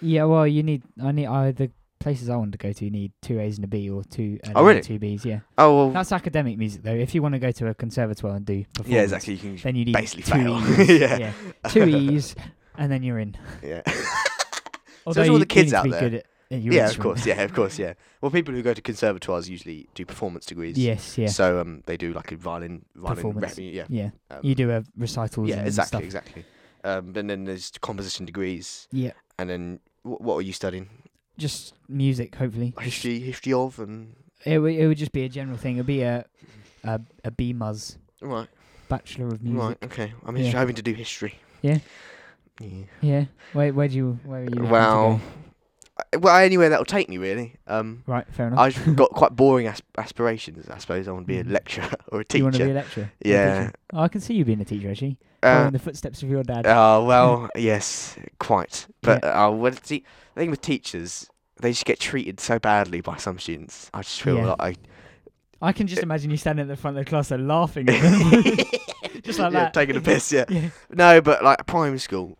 Speaker 2: Yeah. Well, you need. I need. I the places I want to go to need two A's and a B or two. A's
Speaker 1: Oh, really?
Speaker 2: And two B's. Yeah.
Speaker 1: Oh well,
Speaker 2: That's academic music though. If you want to go to a conservatoire and do performance,
Speaker 1: yeah, exactly. You can
Speaker 2: [laughs] Then you need
Speaker 1: basically
Speaker 2: two
Speaker 1: fail. [laughs]
Speaker 2: E's.
Speaker 1: Yeah.
Speaker 2: Two E's, and then you're in.
Speaker 1: yeah.
Speaker 2: Although
Speaker 1: all
Speaker 2: you,
Speaker 1: the
Speaker 2: you
Speaker 1: kids
Speaker 2: need to
Speaker 1: out
Speaker 2: be
Speaker 1: there.
Speaker 2: good at- at your
Speaker 1: [laughs] yeah, of
Speaker 2: instrument.
Speaker 1: course. Yeah, of course. Yeah. Well, people who go to conservatoires usually do performance degrees.
Speaker 2: Yes. Yeah.
Speaker 1: So um, they do like a violin, violin, rep,
Speaker 2: Performance.
Speaker 1: yeah.
Speaker 2: yeah.
Speaker 1: Um,
Speaker 2: You do a recitals.
Speaker 1: Yeah,
Speaker 2: and
Speaker 1: exactly,
Speaker 2: Stuff.
Speaker 1: exactly. Um, and then there's composition degrees,
Speaker 2: Yeah.
Speaker 1: and then wh- what are you studying?
Speaker 2: Just music, hopefully.
Speaker 1: History, history of, and
Speaker 2: It would it would just be a general thing. It'd be a a a B Muzz
Speaker 1: right,
Speaker 2: Bachelor of Music.
Speaker 1: right, okay. I'm
Speaker 2: Yeah.
Speaker 1: just hoping to do history.
Speaker 2: Yeah.
Speaker 1: Yeah.
Speaker 2: Yeah. Where where do you where are you? looking to go?
Speaker 1: Well, I- well, anywhere that'll take me really. Um,
Speaker 2: Right. Fair enough.
Speaker 1: I've got quite boring asp- aspirations. I suppose I want to be a
Speaker 2: Uh-huh. Mm.
Speaker 1: lecturer [laughs] or a
Speaker 2: Do you want to be a
Speaker 1: teacher.
Speaker 2: lecturer? or a
Speaker 1: Yeah.
Speaker 2: teacher? Oh, I can see you being a teacher actually. Following
Speaker 1: Uh,
Speaker 2: the footsteps of your dad.
Speaker 1: Oh
Speaker 2: [laughs]
Speaker 1: well, yes, quite. But uh, well, see, the thing with teachers, they just get treated so badly by some students. I just feel
Speaker 2: Yeah.
Speaker 1: like [laughs]
Speaker 2: I can just imagine you standing at the front of the class and laughing
Speaker 1: [laughs]
Speaker 2: at them.
Speaker 1: I
Speaker 2: [laughs] Just like
Speaker 1: Yeah,
Speaker 2: that.
Speaker 1: taking a piss. Yeah,
Speaker 2: [laughs] yeah.
Speaker 1: no, but like primary school,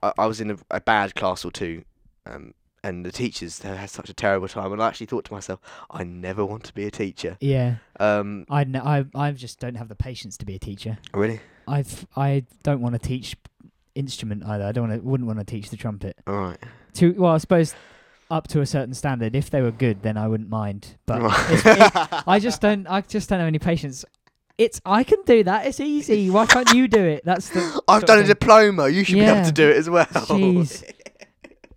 Speaker 1: I, I was in a, a bad class or two, um, and the teachers they had such a terrible time. And I actually thought to myself, I never want to be a teacher.
Speaker 2: Yeah.
Speaker 1: Um,
Speaker 2: I kn- I I just don't have the patience to be a teacher.
Speaker 1: really?
Speaker 2: I've I don't want to teach instrument either. I don't want to, wouldn't want to teach the trumpet.
Speaker 1: All right.
Speaker 2: To well, I suppose up to a certain standard. If they were good, then I wouldn't mind.
Speaker 1: [laughs]
Speaker 2: But
Speaker 1: Right.
Speaker 2: [laughs] it's, it, I just don't. I just don't have any patience. It's I can do that. It's easy. Why can't you do it? That's
Speaker 1: [laughs]
Speaker 2: the.
Speaker 1: I've
Speaker 2: sort of
Speaker 1: done a
Speaker 2: thing.
Speaker 1: diploma. You should be able
Speaker 2: Yeah.
Speaker 1: to do it as well. [laughs]
Speaker 2: Jeez.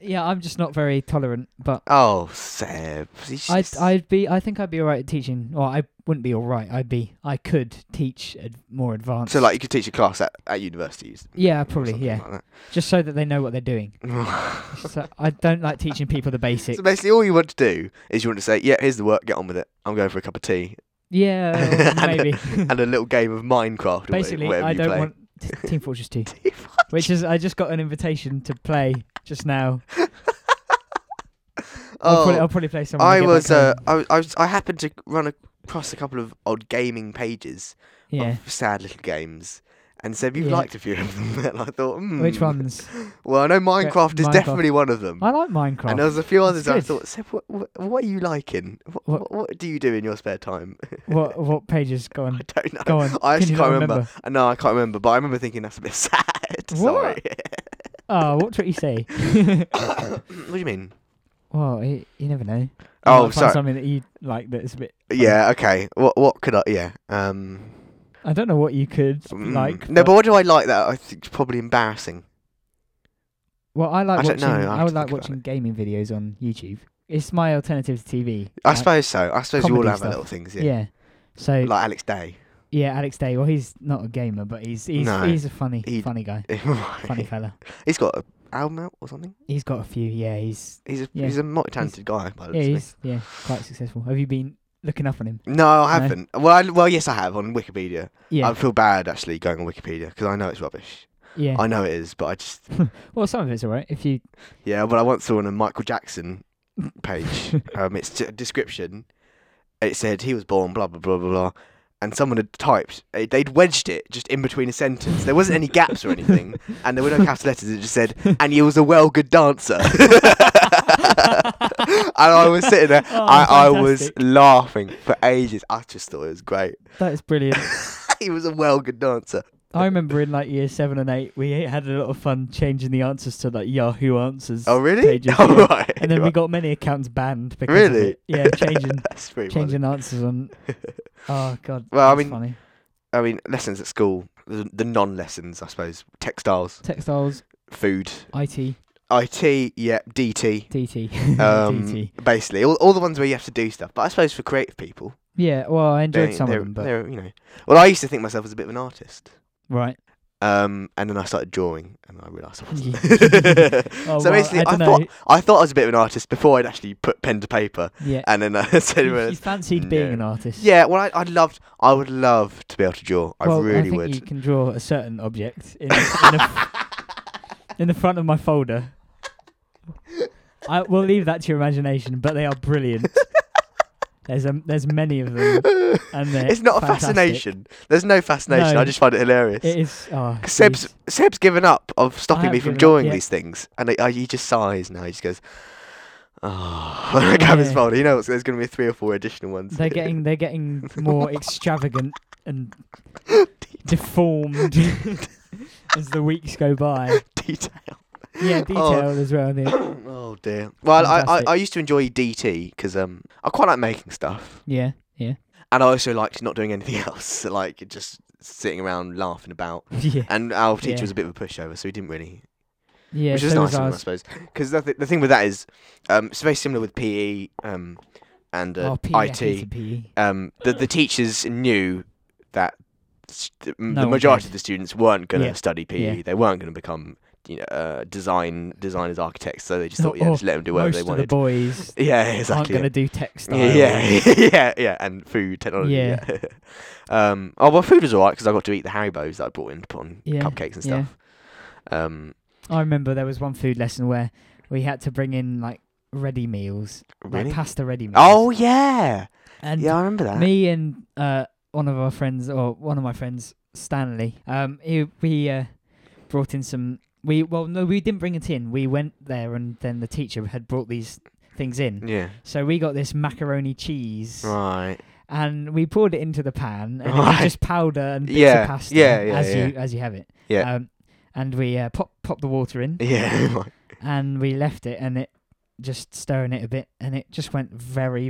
Speaker 2: Yeah, I'm just not very tolerant. But
Speaker 1: Oh, Seb. He's
Speaker 2: I'd
Speaker 1: just-
Speaker 2: I'd be I think I'd be alright at teaching. Well, I wouldn't be alright. I'd be I could teach ad- more advanced.
Speaker 1: So like you could teach a class at, at universities.
Speaker 2: Yeah,
Speaker 1: or
Speaker 2: probably.
Speaker 1: something
Speaker 2: Yeah,
Speaker 1: like
Speaker 2: just so that they know what they're doing.
Speaker 1: that. [laughs]
Speaker 2: so I don't like teaching people the basics.
Speaker 1: so basically, all you want to do is you want to say, "Yeah, here's the work. Get on with it. I'm going for a cup of tea [laughs]
Speaker 2: Yeah,
Speaker 1: And-
Speaker 2: Oh, maybe.
Speaker 1: and a little game of Minecraft." or
Speaker 2: Basically,
Speaker 1: whatever
Speaker 2: I
Speaker 1: you [laughs]
Speaker 2: don't
Speaker 1: play.
Speaker 2: want t- Team Fortress 2, which is I just got an invitation to play just now. I'll, probably, I'll
Speaker 1: oh,
Speaker 2: probably play some. when
Speaker 1: I
Speaker 2: get
Speaker 1: was,
Speaker 2: back
Speaker 1: uh, I
Speaker 2: home.
Speaker 1: was, I was, I happened to run across a couple of odd gaming pages
Speaker 2: yeah.
Speaker 1: of sad little games. And Seb, you
Speaker 2: Yeah.
Speaker 1: liked a few of them, [laughs] and I thought, hmm.
Speaker 2: Which ones?
Speaker 1: Well, I know Minecraft is
Speaker 2: Minecraft.
Speaker 1: definitely one of them.
Speaker 2: I like Minecraft.
Speaker 1: And there was a few others
Speaker 2: It's
Speaker 1: that I
Speaker 2: good.
Speaker 1: thought, Seb, what, what, what are you liking? What,
Speaker 2: What-
Speaker 1: what, what do you do in your spare time?
Speaker 2: What what pages? Go
Speaker 1: [laughs]
Speaker 2: on,
Speaker 1: I don't know.
Speaker 2: go
Speaker 1: I
Speaker 2: on. Can
Speaker 1: actually
Speaker 2: you not
Speaker 1: can't remember. Uh, No, I can't remember, but I remember thinking that's a bit [laughs] sad. Sorry.
Speaker 2: Oh, what did you
Speaker 1: [coughs]
Speaker 2: say? [laughs]
Speaker 1: what do you mean?
Speaker 2: well, you, you never know. You might
Speaker 1: Oh,
Speaker 2: find
Speaker 1: sorry.
Speaker 2: Something that you like that's a bit.
Speaker 1: Yeah, okay. What what could I yeah. Um
Speaker 2: I don't know what you could
Speaker 1: mm.
Speaker 2: like.
Speaker 1: No, but what do I like that I think is probably embarrassing?
Speaker 2: Well, I like
Speaker 1: I don't
Speaker 2: watching.
Speaker 1: know, I have
Speaker 2: I,
Speaker 1: to
Speaker 2: would
Speaker 1: think
Speaker 2: like
Speaker 1: about
Speaker 2: watching gaming videos on YouTube. It's my alternative to TV.
Speaker 1: I
Speaker 2: Like,
Speaker 1: suppose so. I suppose we all
Speaker 2: comedy
Speaker 1: have our
Speaker 2: stuff.
Speaker 1: little things,
Speaker 2: Yeah.
Speaker 1: yeah.
Speaker 2: So
Speaker 1: Like Alex Day. [laughs]
Speaker 2: yeah, Alex Day. Well, he's not a gamer, but he's he's
Speaker 1: No.
Speaker 2: he's a funny
Speaker 1: He-
Speaker 2: funny guy,
Speaker 1: [laughs]
Speaker 2: funny fella.
Speaker 1: he's got an album out or something.
Speaker 2: He's got a few. Yeah, he's
Speaker 1: He's a
Speaker 2: Yeah.
Speaker 1: he's a multi talented guy by the
Speaker 2: yeah
Speaker 1: looks of me.
Speaker 2: he's yeah quite successful. Have you been looking up on him?
Speaker 1: No, I haven't. Well, I, well, yes, I have on Wikipedia.
Speaker 2: Yeah,
Speaker 1: I feel bad actually going on Wikipedia because I know it's rubbish.
Speaker 2: yeah.
Speaker 1: I know it is, but I just
Speaker 2: well, some of it's alright if you.
Speaker 1: Yeah, but I once saw on a Michael Jackson page,
Speaker 2: [laughs]
Speaker 1: um, it's a description. It said he was born, blah blah blah blah blah, and someone had typed. eh, They'd wedged it just in between a sentence. There wasn't any gaps or
Speaker 2: [laughs]
Speaker 1: anything, and there were no capital letters. It just said, "And he was a well good dancer." [laughs] and I was sitting there.
Speaker 2: Oh,
Speaker 1: I, I was
Speaker 2: fantastic.
Speaker 1: laughing for ages. I just thought it was great. [laughs]
Speaker 2: That is brilliant.
Speaker 1: he was a well good dancer.
Speaker 2: I remember in like year seven and eight, we had a lot of fun changing the answers to like Yahoo Answers.
Speaker 1: Oh really?
Speaker 2: Pages,
Speaker 1: [laughs] oh,
Speaker 2: yeah.
Speaker 1: right.
Speaker 2: And then we
Speaker 1: right.
Speaker 2: got many accounts banned because of
Speaker 1: Really?
Speaker 2: it.
Speaker 1: [laughs]
Speaker 2: yeah, changing
Speaker 1: That's pretty funny.
Speaker 2: changing
Speaker 1: [laughs]
Speaker 2: answers on. Oh god.
Speaker 1: Well, I
Speaker 2: that's
Speaker 1: mean-
Speaker 2: funny.
Speaker 1: I mean, lessons at school, the, the non lessons, I suppose. Textiles,
Speaker 2: textiles,
Speaker 1: food,
Speaker 2: IT,
Speaker 1: IT, yeah, DT.
Speaker 2: [laughs] DT,
Speaker 1: Um,
Speaker 2: DT.
Speaker 1: Basically, all, all the ones where you have to do stuff. But I suppose for creative people,
Speaker 2: Yeah, well, I enjoyed
Speaker 1: they-
Speaker 2: some of
Speaker 1: they're-
Speaker 2: them, but
Speaker 1: they're, you know. Well, I used to think myself as a bit of an artist.
Speaker 2: right.
Speaker 1: Um, and then I started drawing, and I realised I wasn't.
Speaker 2: [laughs]
Speaker 1: [laughs]
Speaker 2: Oh,
Speaker 1: so
Speaker 2: well,
Speaker 1: basically, I,
Speaker 2: I dunno.
Speaker 1: thought I thought I was a bit of an artist before I'd actually put pen to paper, [laughs]
Speaker 2: Yeah.
Speaker 1: and then I said,
Speaker 2: you,
Speaker 1: well,
Speaker 2: [laughs] you fancied being
Speaker 1: no.
Speaker 2: an artist.
Speaker 1: "Yeah, well, I, I loved. I would love to be able to draw. I
Speaker 2: well, I
Speaker 1: really
Speaker 2: think
Speaker 1: would."
Speaker 2: you can draw a certain object in, in,
Speaker 1: [laughs]
Speaker 2: the, in the front of my folder. I will leave that to your imagination, but they are brilliant. There's um, there's many
Speaker 1: [laughs]
Speaker 2: of them, and they're
Speaker 1: it's not
Speaker 2: fantastic.
Speaker 1: a fascination. There's no fascination.
Speaker 2: No.
Speaker 1: I just find it hilarious.
Speaker 2: It is. Oh,
Speaker 1: Seb's
Speaker 2: jeez.
Speaker 1: Seb's given up of stopping
Speaker 2: have
Speaker 1: me from
Speaker 2: given up,
Speaker 1: drawing
Speaker 2: yeah.
Speaker 1: these things, and I, I, he just sighs now. He just goes, "Oh." [laughs] When I grab his
Speaker 2: Yeah.
Speaker 1: folder, you know, it's- there's going to be three or four additional ones. [laughs]
Speaker 2: they're getting they're getting more extravagant and
Speaker 1: [laughs]
Speaker 2: deformed as the weeks go by. [coughs]
Speaker 1: detail.
Speaker 2: Yeah, detailed as well. I think.
Speaker 1: [coughs] Oh dear. Well, I, I
Speaker 2: Fantastic.
Speaker 1: I used to enjoy DT because um I quite like making stuff,
Speaker 2: Yeah, [laughs] yeah,
Speaker 1: and I also liked not doing anything [laughs] else, like just sitting around laughing about.
Speaker 2: yeah,
Speaker 1: And our teacher
Speaker 2: Yeah.
Speaker 1: was a bit of a pushover, so he didn't really
Speaker 2: yeah.
Speaker 1: which is
Speaker 2: so
Speaker 1: nice,
Speaker 2: was
Speaker 1: of him, I
Speaker 2: ours.
Speaker 1: suppose. Because the, th- the thing with that is, um, it's very similar with PE um, and uh,
Speaker 2: Oh, PE, I
Speaker 1: IT.
Speaker 2: hated PE.
Speaker 1: Um, the, the teachers knew that s- the, m-
Speaker 2: No
Speaker 1: the
Speaker 2: one
Speaker 1: majority
Speaker 2: cared.
Speaker 1: of the students weren't going to
Speaker 2: Yeah.
Speaker 1: study PE.
Speaker 2: Yeah.
Speaker 1: They weren't going to become you know, uh, design designers, architects. So they just
Speaker 2: Oh,
Speaker 1: thought, yeah,
Speaker 2: oh,
Speaker 1: just let them do whatever
Speaker 2: Most
Speaker 1: they
Speaker 2: of the
Speaker 1: wanted. [laughs]
Speaker 2: boys
Speaker 1: yeah,
Speaker 2: aren't
Speaker 1: exactly.
Speaker 2: going to do textile.
Speaker 1: [laughs] yeah, yeah, yeah, and food technology.
Speaker 2: Yeah.
Speaker 1: Yeah. [laughs] um. Oh well, food was alright because I got to eat the Haribo's that I brought in to put on
Speaker 2: Yeah,
Speaker 1: cupcakes and
Speaker 2: yeah.
Speaker 1: stuff. Um.
Speaker 2: I remember there was one food lesson where we had to bring in like ready meals,
Speaker 1: Really?
Speaker 2: like pasta ready meals.
Speaker 1: Oh yeah.
Speaker 2: and
Speaker 1: yeah, I remember that.
Speaker 2: me and uh, one of our friends, or one of my friends, Stanley. Um, he, we uh, brought in some. We well, no, we didn't bring it in. We went there, and then the teacher had brought these things in.
Speaker 1: Yeah.
Speaker 2: So we got this macaroni cheese,
Speaker 1: Right. [laughs]
Speaker 2: and we poured it into the pan, and it was
Speaker 1: Right.
Speaker 2: just powder and bits
Speaker 1: Yeah,
Speaker 2: of pasta
Speaker 1: yeah, yeah,
Speaker 2: as you
Speaker 1: yeah.
Speaker 2: as you have it.
Speaker 1: Yeah.
Speaker 2: Um, and we uh, pop popped the water in,
Speaker 1: Yeah. [laughs] right.
Speaker 2: and we left it, and it just stirring it a bit, and it just went very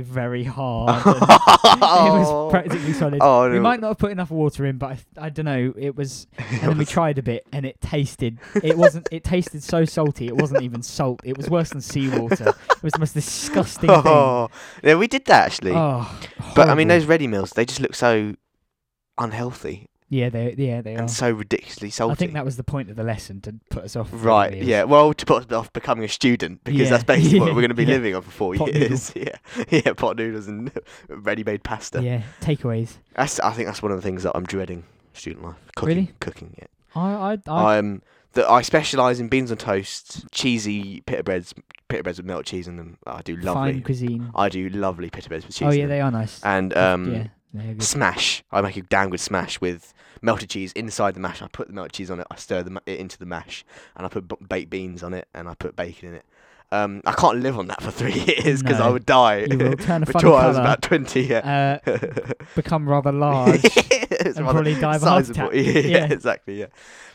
Speaker 1: [laughs]
Speaker 2: very hard. and it was practically solid.
Speaker 1: Oh,
Speaker 2: We
Speaker 1: no. [laughs]
Speaker 2: might not have put enough water in, but I, I don't know. It was, and
Speaker 1: It [laughs]
Speaker 2: then we
Speaker 1: was-
Speaker 2: tried a bit, and it tasted. It wasn't. It tasted so salty. It wasn't even salt. It was worse
Speaker 1: [laughs]
Speaker 2: than seawater. It was the most disgusting thing. Oh,
Speaker 1: Oh, yeah, we did that actually. but I mean,
Speaker 2: horrible.
Speaker 1: those ready meals, they just look so unhealthy
Speaker 2: Yeah, they. Yeah, they are.
Speaker 1: and so ridiculously salty.
Speaker 2: I think that was the point of the lesson to put us off. with the
Speaker 1: Right,
Speaker 2: meals.
Speaker 1: yeah. Well, to put us off becoming a student because
Speaker 2: Yeah, [laughs]
Speaker 1: that's basically what
Speaker 2: yeah,
Speaker 1: we're going to be
Speaker 2: yeah.
Speaker 1: living on for four
Speaker 2: Pot
Speaker 1: years. [laughs] Yeah, yeah, pot noodles and [laughs] ready-made pasta.
Speaker 2: Yeah, takeaways.
Speaker 1: That's, I think that's one of the things that I'm dreading student life. Cooking,
Speaker 2: Really?
Speaker 1: Cooking, yeah.
Speaker 2: I, I, I,
Speaker 1: I'm that I specialise in beans on toast, cheesy pita breads, pita breads with milk cheese in them. I do
Speaker 2: fine
Speaker 1: lovely.
Speaker 2: cuisine.
Speaker 1: I do lovely pita breads with cheese.
Speaker 2: Oh
Speaker 1: in
Speaker 2: yeah,
Speaker 1: them.
Speaker 2: they are nice.
Speaker 1: And um,
Speaker 2: yeah, they're good.
Speaker 1: smash. I make a damn good smash with melted cheese inside the mash. I put the melted cheese on it. I stir the ma- it into the mash, and I put b- baked beans on it, and I put bacon in it. Um, I can't live on that for three [laughs] years because I
Speaker 2: No,
Speaker 1: would die [laughs]
Speaker 2: you will turn a
Speaker 1: before
Speaker 2: funny
Speaker 1: I was
Speaker 2: colour,
Speaker 1: about twenty. Yeah.
Speaker 2: uh,
Speaker 1: [laughs]
Speaker 2: become rather large.
Speaker 1: It's
Speaker 2: and
Speaker 1: rather
Speaker 2: probably die of a heart
Speaker 1: sizable. [laughs]
Speaker 2: attack.
Speaker 1: Yeah,
Speaker 2: Yeah.
Speaker 1: exactly. Yeah,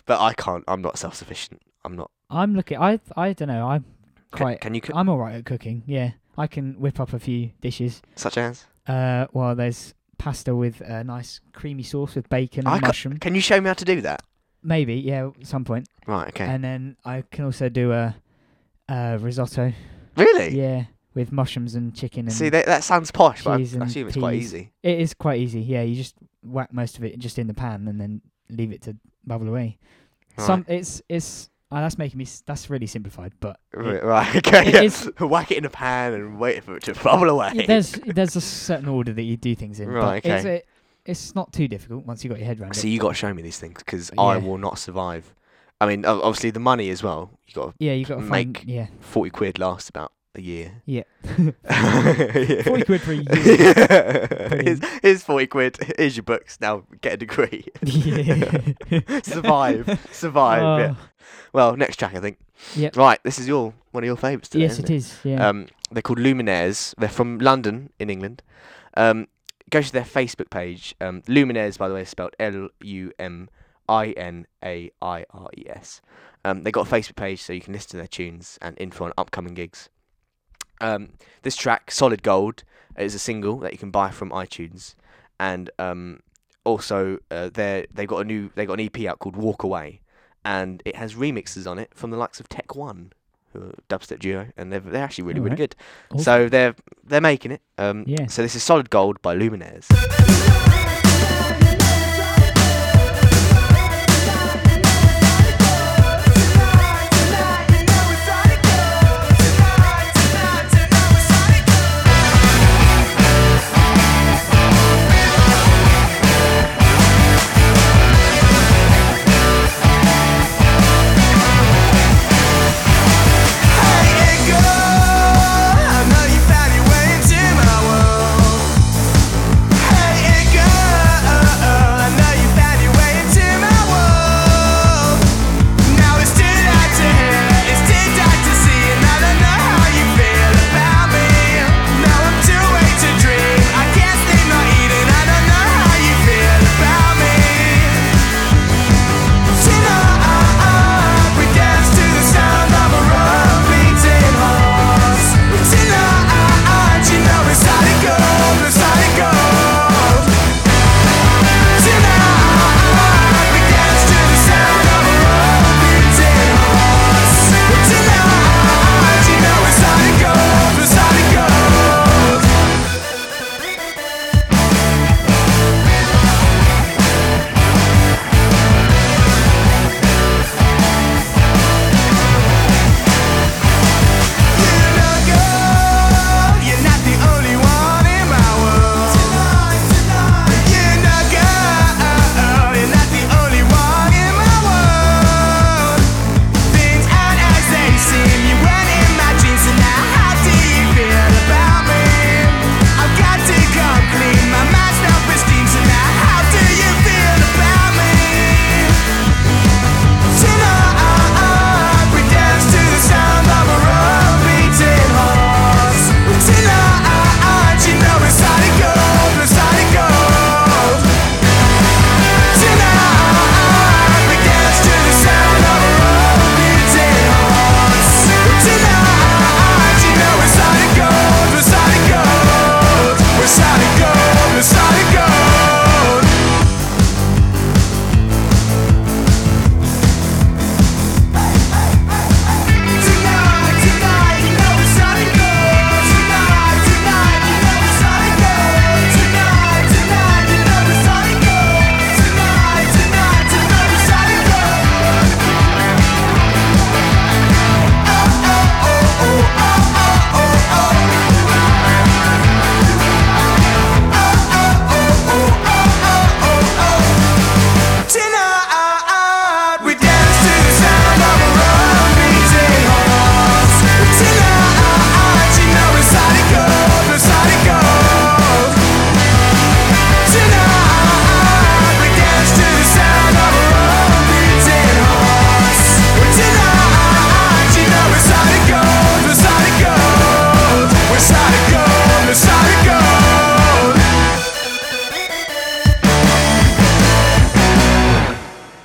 Speaker 1: but I can't. I'm not self-sufficient. I'm not.
Speaker 2: I'm looking. I, I don't know. I'm
Speaker 1: Can,
Speaker 2: quite.
Speaker 1: can you cook
Speaker 2: I'm all right at cooking. Yeah, I can whip up a few dishes.
Speaker 1: such as?
Speaker 2: Uh, well, there's pasta with a nice creamy sauce with bacon
Speaker 1: I
Speaker 2: and
Speaker 1: ca-
Speaker 2: mushroom.
Speaker 1: Can you show me how to do that?
Speaker 2: Maybe, yeah, at some point.
Speaker 1: Right. Okay.
Speaker 2: And then I can also do a, a risotto.
Speaker 1: really?
Speaker 2: Yeah, with mushrooms and chicken. And
Speaker 1: See, that, that sounds posh, but I,
Speaker 2: cheese
Speaker 1: I
Speaker 2: and
Speaker 1: assume it's quite
Speaker 2: peas.
Speaker 1: easy.
Speaker 2: it is quite easy. Yeah, you just whack most of it just in the pan and then leave it to bubble away.
Speaker 1: Right.
Speaker 2: Some it's it's uh, that's making me s- that's really simplified, but it-
Speaker 1: Right, [laughs] right, okay.
Speaker 2: it
Speaker 1: yeah. [laughs]
Speaker 2: is-
Speaker 1: Whack it in a pan and wait for it to bubble away.
Speaker 2: Yeah, there's there's a certain order that you do things in.
Speaker 1: Right,
Speaker 2: But it's, a, it's not too difficult once you got your head around
Speaker 1: so
Speaker 2: it.
Speaker 1: you got to show me these things because I
Speaker 2: Yeah.
Speaker 1: will not survive. I mean, ob- obviously the money as well. You got
Speaker 2: Yeah, you got to find.
Speaker 1: make-
Speaker 2: Yeah,
Speaker 1: forty quid lasts about a year. [laughs]
Speaker 2: yeah. [laughs]
Speaker 1: forty [laughs]
Speaker 2: Forty quid for a year.
Speaker 1: Here's, here's forty quid. Here's your books. Now get a degree. [laughs]
Speaker 2: Yeah.
Speaker 1: survive, survive. yeah.
Speaker 2: Oh,
Speaker 1: Well, next track I think.
Speaker 2: Yep.
Speaker 1: Right, this is your one of your favourites today.
Speaker 2: yes,
Speaker 1: isn't
Speaker 2: it is. Yeah.
Speaker 1: Um, they're called Luminaires. They're from London in England. Um, go to their Facebook page. Um, Luminaires, by the way, is spelled L U M I N A I R E S. Um, they got a Facebook page, so you can listen to their tunes and info on upcoming gigs. Um, this track, Solid Gold, uh, is a single that you can buy from iTunes, and um, also uh, they they got a new they got an EP out called Walk Away, and it has remixes on it from the likes of Tech One, who are a dubstep duo, and they're they're actually really really
Speaker 2: Alright.
Speaker 1: good.
Speaker 2: Awesome.
Speaker 1: So they're they're making it. Um,
Speaker 2: Yeah.
Speaker 1: So this is Solid Gold by Luminaires.
Speaker 3: Thank uh,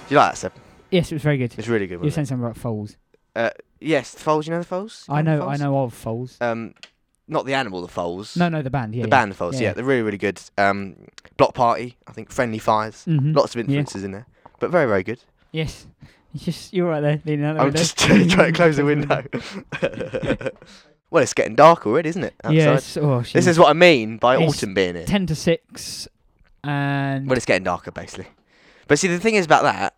Speaker 1: you like that, Seb?
Speaker 2: Yes, it was very good.
Speaker 1: It's really good.
Speaker 2: You were
Speaker 1: Wasn't
Speaker 2: saying something about foals.
Speaker 1: it? Yes, the foals. You know the foals? You
Speaker 2: I know,
Speaker 1: the
Speaker 2: I
Speaker 1: foals?
Speaker 2: know of foals.
Speaker 1: Um, not the animal, the foals.
Speaker 2: No, no, the band. Yeah,
Speaker 1: the band, the foals.
Speaker 2: yeah,
Speaker 1: Yeah.
Speaker 2: yeah.
Speaker 1: they're really, really good. Um, block party. I think friendly fires.
Speaker 2: hmm
Speaker 1: Lots of
Speaker 2: yeah.
Speaker 1: influences in there, but very, very good.
Speaker 2: Yes, [laughs] it's just you're right there leaning out the
Speaker 1: I'm
Speaker 2: window.
Speaker 1: just [laughs] trying to
Speaker 2: [laughs]
Speaker 1: close the window. [laughs] well, it's getting dark already, isn't it? Outside.
Speaker 2: Yeah, it's, oh,
Speaker 1: This
Speaker 2: this
Speaker 1: is what I mean by
Speaker 2: It's
Speaker 1: autumn being here.
Speaker 2: ten to six, and
Speaker 1: Well, it's getting darker, basically. But see, the thing is about that,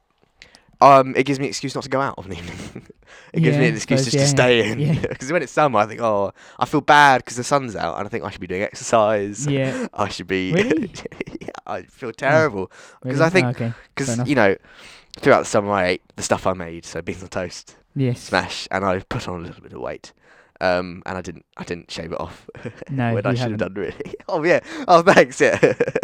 Speaker 1: um, it gives me an excuse not to go out of an evening. [laughs] it gives
Speaker 2: Yeah,
Speaker 1: me an
Speaker 2: I
Speaker 1: excuse
Speaker 2: suppose,
Speaker 1: just to
Speaker 2: yeah,
Speaker 1: stay in.
Speaker 2: yeah.
Speaker 1: [laughs] Because when it's summer, I think, oh, I feel bad because the sun's out, and I think I should be doing exercise. [laughs]
Speaker 2: yeah,
Speaker 1: I should be.
Speaker 2: Really?
Speaker 1: yeah, I feel terrible because I
Speaker 2: really?
Speaker 1: think
Speaker 2: Oh, okay,
Speaker 1: because
Speaker 2: enough.
Speaker 1: you know throughout the summer I ate the stuff I made, so beans on toast,
Speaker 2: yes,
Speaker 1: smash, and I put on a little bit of weight. Um, and I didn't, I didn't shave it off [laughs]
Speaker 2: No,
Speaker 1: when
Speaker 2: you
Speaker 1: I should
Speaker 2: haven't.
Speaker 1: have done really. [laughs] Oh yeah. Oh thanks. Yeah.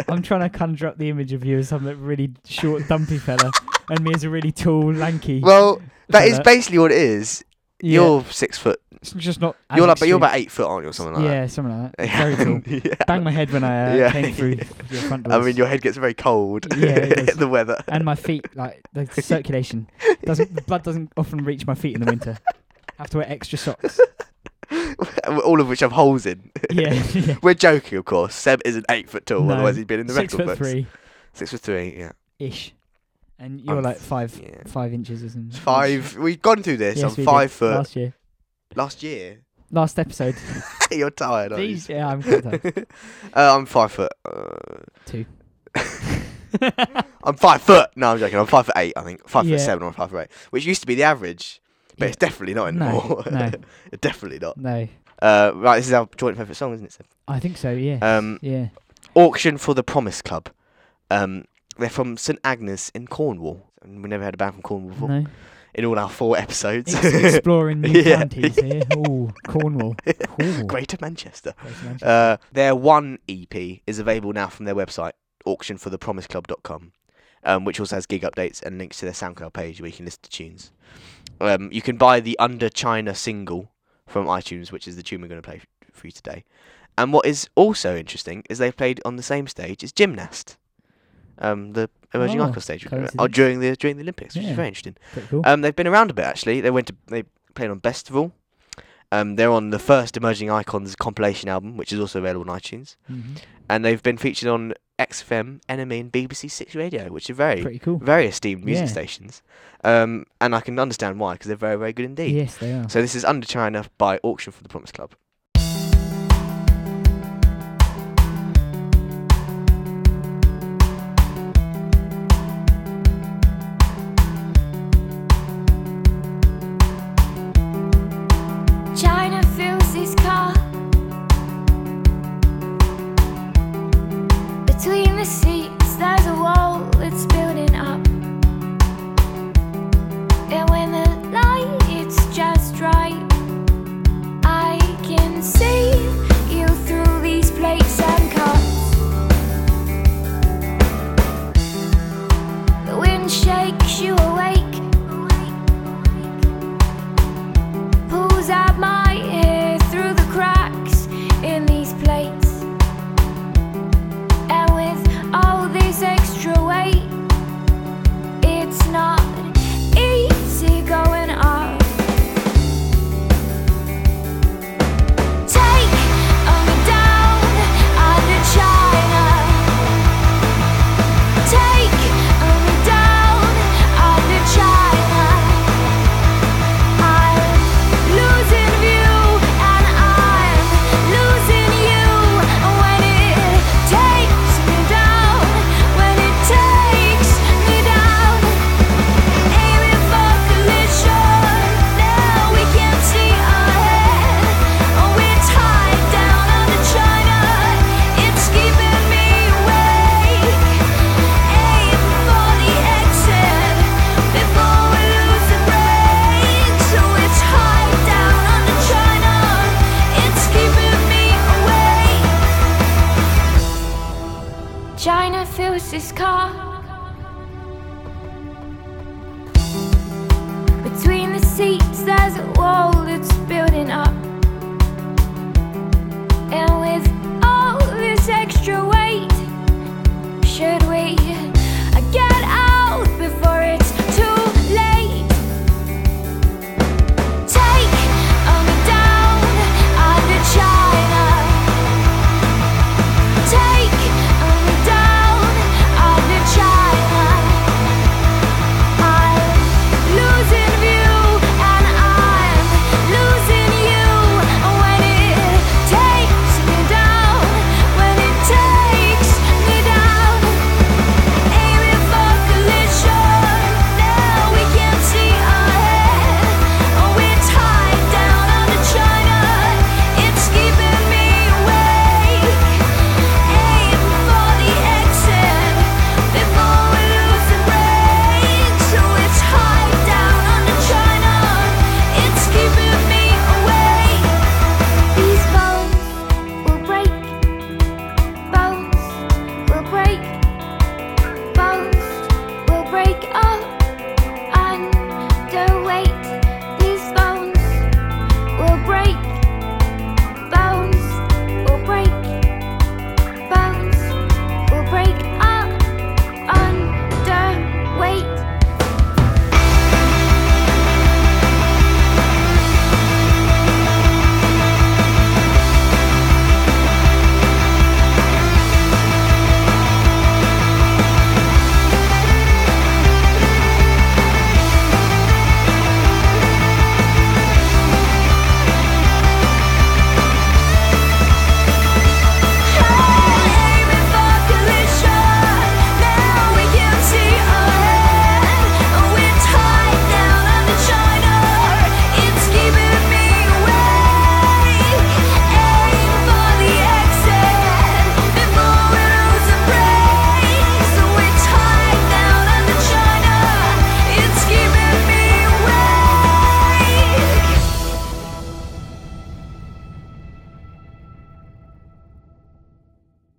Speaker 2: I'm trying to conjure up the image of you as some like, really short,
Speaker 1: [laughs]
Speaker 2: dumpy fella, and me as a really tall, lanky. [laughs]
Speaker 1: well, that is
Speaker 2: fella.
Speaker 1: basically what it is.
Speaker 2: Yeah,
Speaker 1: You're six foot.
Speaker 2: it's just not. as
Speaker 1: You're like, but you're
Speaker 2: extreme.
Speaker 1: about eight foot, aren't you, or something like
Speaker 2: yeah, something like
Speaker 1: [laughs]
Speaker 2: that.
Speaker 1: that?
Speaker 2: Very tall.
Speaker 1: yeah.
Speaker 2: Bang my head when I uh,
Speaker 1: [laughs] Yeah.
Speaker 2: came through your front
Speaker 1: I
Speaker 2: doors.
Speaker 1: mean, your head gets very cold.
Speaker 2: Yeah,
Speaker 1: [laughs]
Speaker 2: it does.
Speaker 1: the weather.
Speaker 2: and my feet, like
Speaker 1: [laughs]
Speaker 2: the circulation doesn't, [laughs] the blood doesn't often reach my feet in the winter. have to wear
Speaker 1: [laughs]
Speaker 2: extra socks.
Speaker 1: All of which have holes in.
Speaker 2: Yeah, [laughs] yeah.
Speaker 1: We're joking, of course. Seb isn't eight foot tall,
Speaker 2: No,
Speaker 1: otherwise he'd been in the
Speaker 2: Six
Speaker 1: record
Speaker 2: foot
Speaker 1: books.
Speaker 2: three
Speaker 1: Six foot three, yeah.
Speaker 2: ish, and you're
Speaker 1: I'm
Speaker 2: like
Speaker 1: f-
Speaker 2: five,
Speaker 1: yeah.
Speaker 2: five inches or something.
Speaker 1: Five. We've gone through this.
Speaker 2: Yes, we
Speaker 1: I'm
Speaker 2: did.
Speaker 1: five foot. Last,
Speaker 2: Last year,
Speaker 1: year. [laughs]
Speaker 2: last episode.
Speaker 1: You're tired. aren't you?
Speaker 2: These, yeah, I'm
Speaker 1: [laughs]
Speaker 2: quite tired.
Speaker 1: uh, I'm five foot. Uh,
Speaker 2: Two.
Speaker 1: I'm five foot. No, I'm joking. I'm five foot eight. I think five
Speaker 2: Yeah.
Speaker 1: foot seven or five foot eight, which used to be the average, but
Speaker 2: Yeah.
Speaker 1: it's definitely not
Speaker 2: No,
Speaker 1: anymore.
Speaker 2: no.
Speaker 1: [laughs] definitely not.
Speaker 2: no,
Speaker 1: Uh, right, this is our joint favourite song, isn't it? Seb?
Speaker 2: I think so. Yeah.
Speaker 1: Um,
Speaker 2: yeah.
Speaker 1: Auction for the Promise Club. Um, they're from St Agnes in Cornwall. And we never had a band from Cornwall before. [laughs]
Speaker 2: No.
Speaker 1: In all our four episodes,
Speaker 2: Ex-
Speaker 1: [laughs]
Speaker 2: exploring new
Speaker 1: Yeah.
Speaker 2: counties here. Ooh,
Speaker 1: [laughs]
Speaker 2: Cornwall. Ooh.
Speaker 1: Greater Manchester.
Speaker 2: Great
Speaker 1: [laughs]
Speaker 2: imagination.
Speaker 1: Uh, their one EP is available now from their website, auctionforthepromiseclub.com, um, which also has gig updates and links to their SoundCloud page where you can listen to tunes. Um, you can buy the Under China single from iTunes, which is the tune we're going to play f- for you today. And what is also interesting is they played on the same stage as Gymnast, um, the emerging
Speaker 2: Oh,
Speaker 1: icon stage, or
Speaker 2: coincidence.
Speaker 1: during the during the Olympics, which
Speaker 2: Yeah.
Speaker 1: is very interesting.
Speaker 2: Pretty cool.
Speaker 1: Um, they've been around a bit actually. They went to they played on Festival. Um, they're on the first Emerging Icons compilation album, which is also available on iTunes,
Speaker 2: Mhm.
Speaker 1: and they've been featured on XFM, Enemy, E, and BBC Six Radio, which are very
Speaker 2: Pretty cool.
Speaker 1: very esteemed music
Speaker 2: Yeah.
Speaker 1: stations. Um, and I can understand why because they're very very good indeed.
Speaker 2: Yes, they are.
Speaker 1: So this is Under China by Auction for the Promise Club.
Speaker 4: Oh,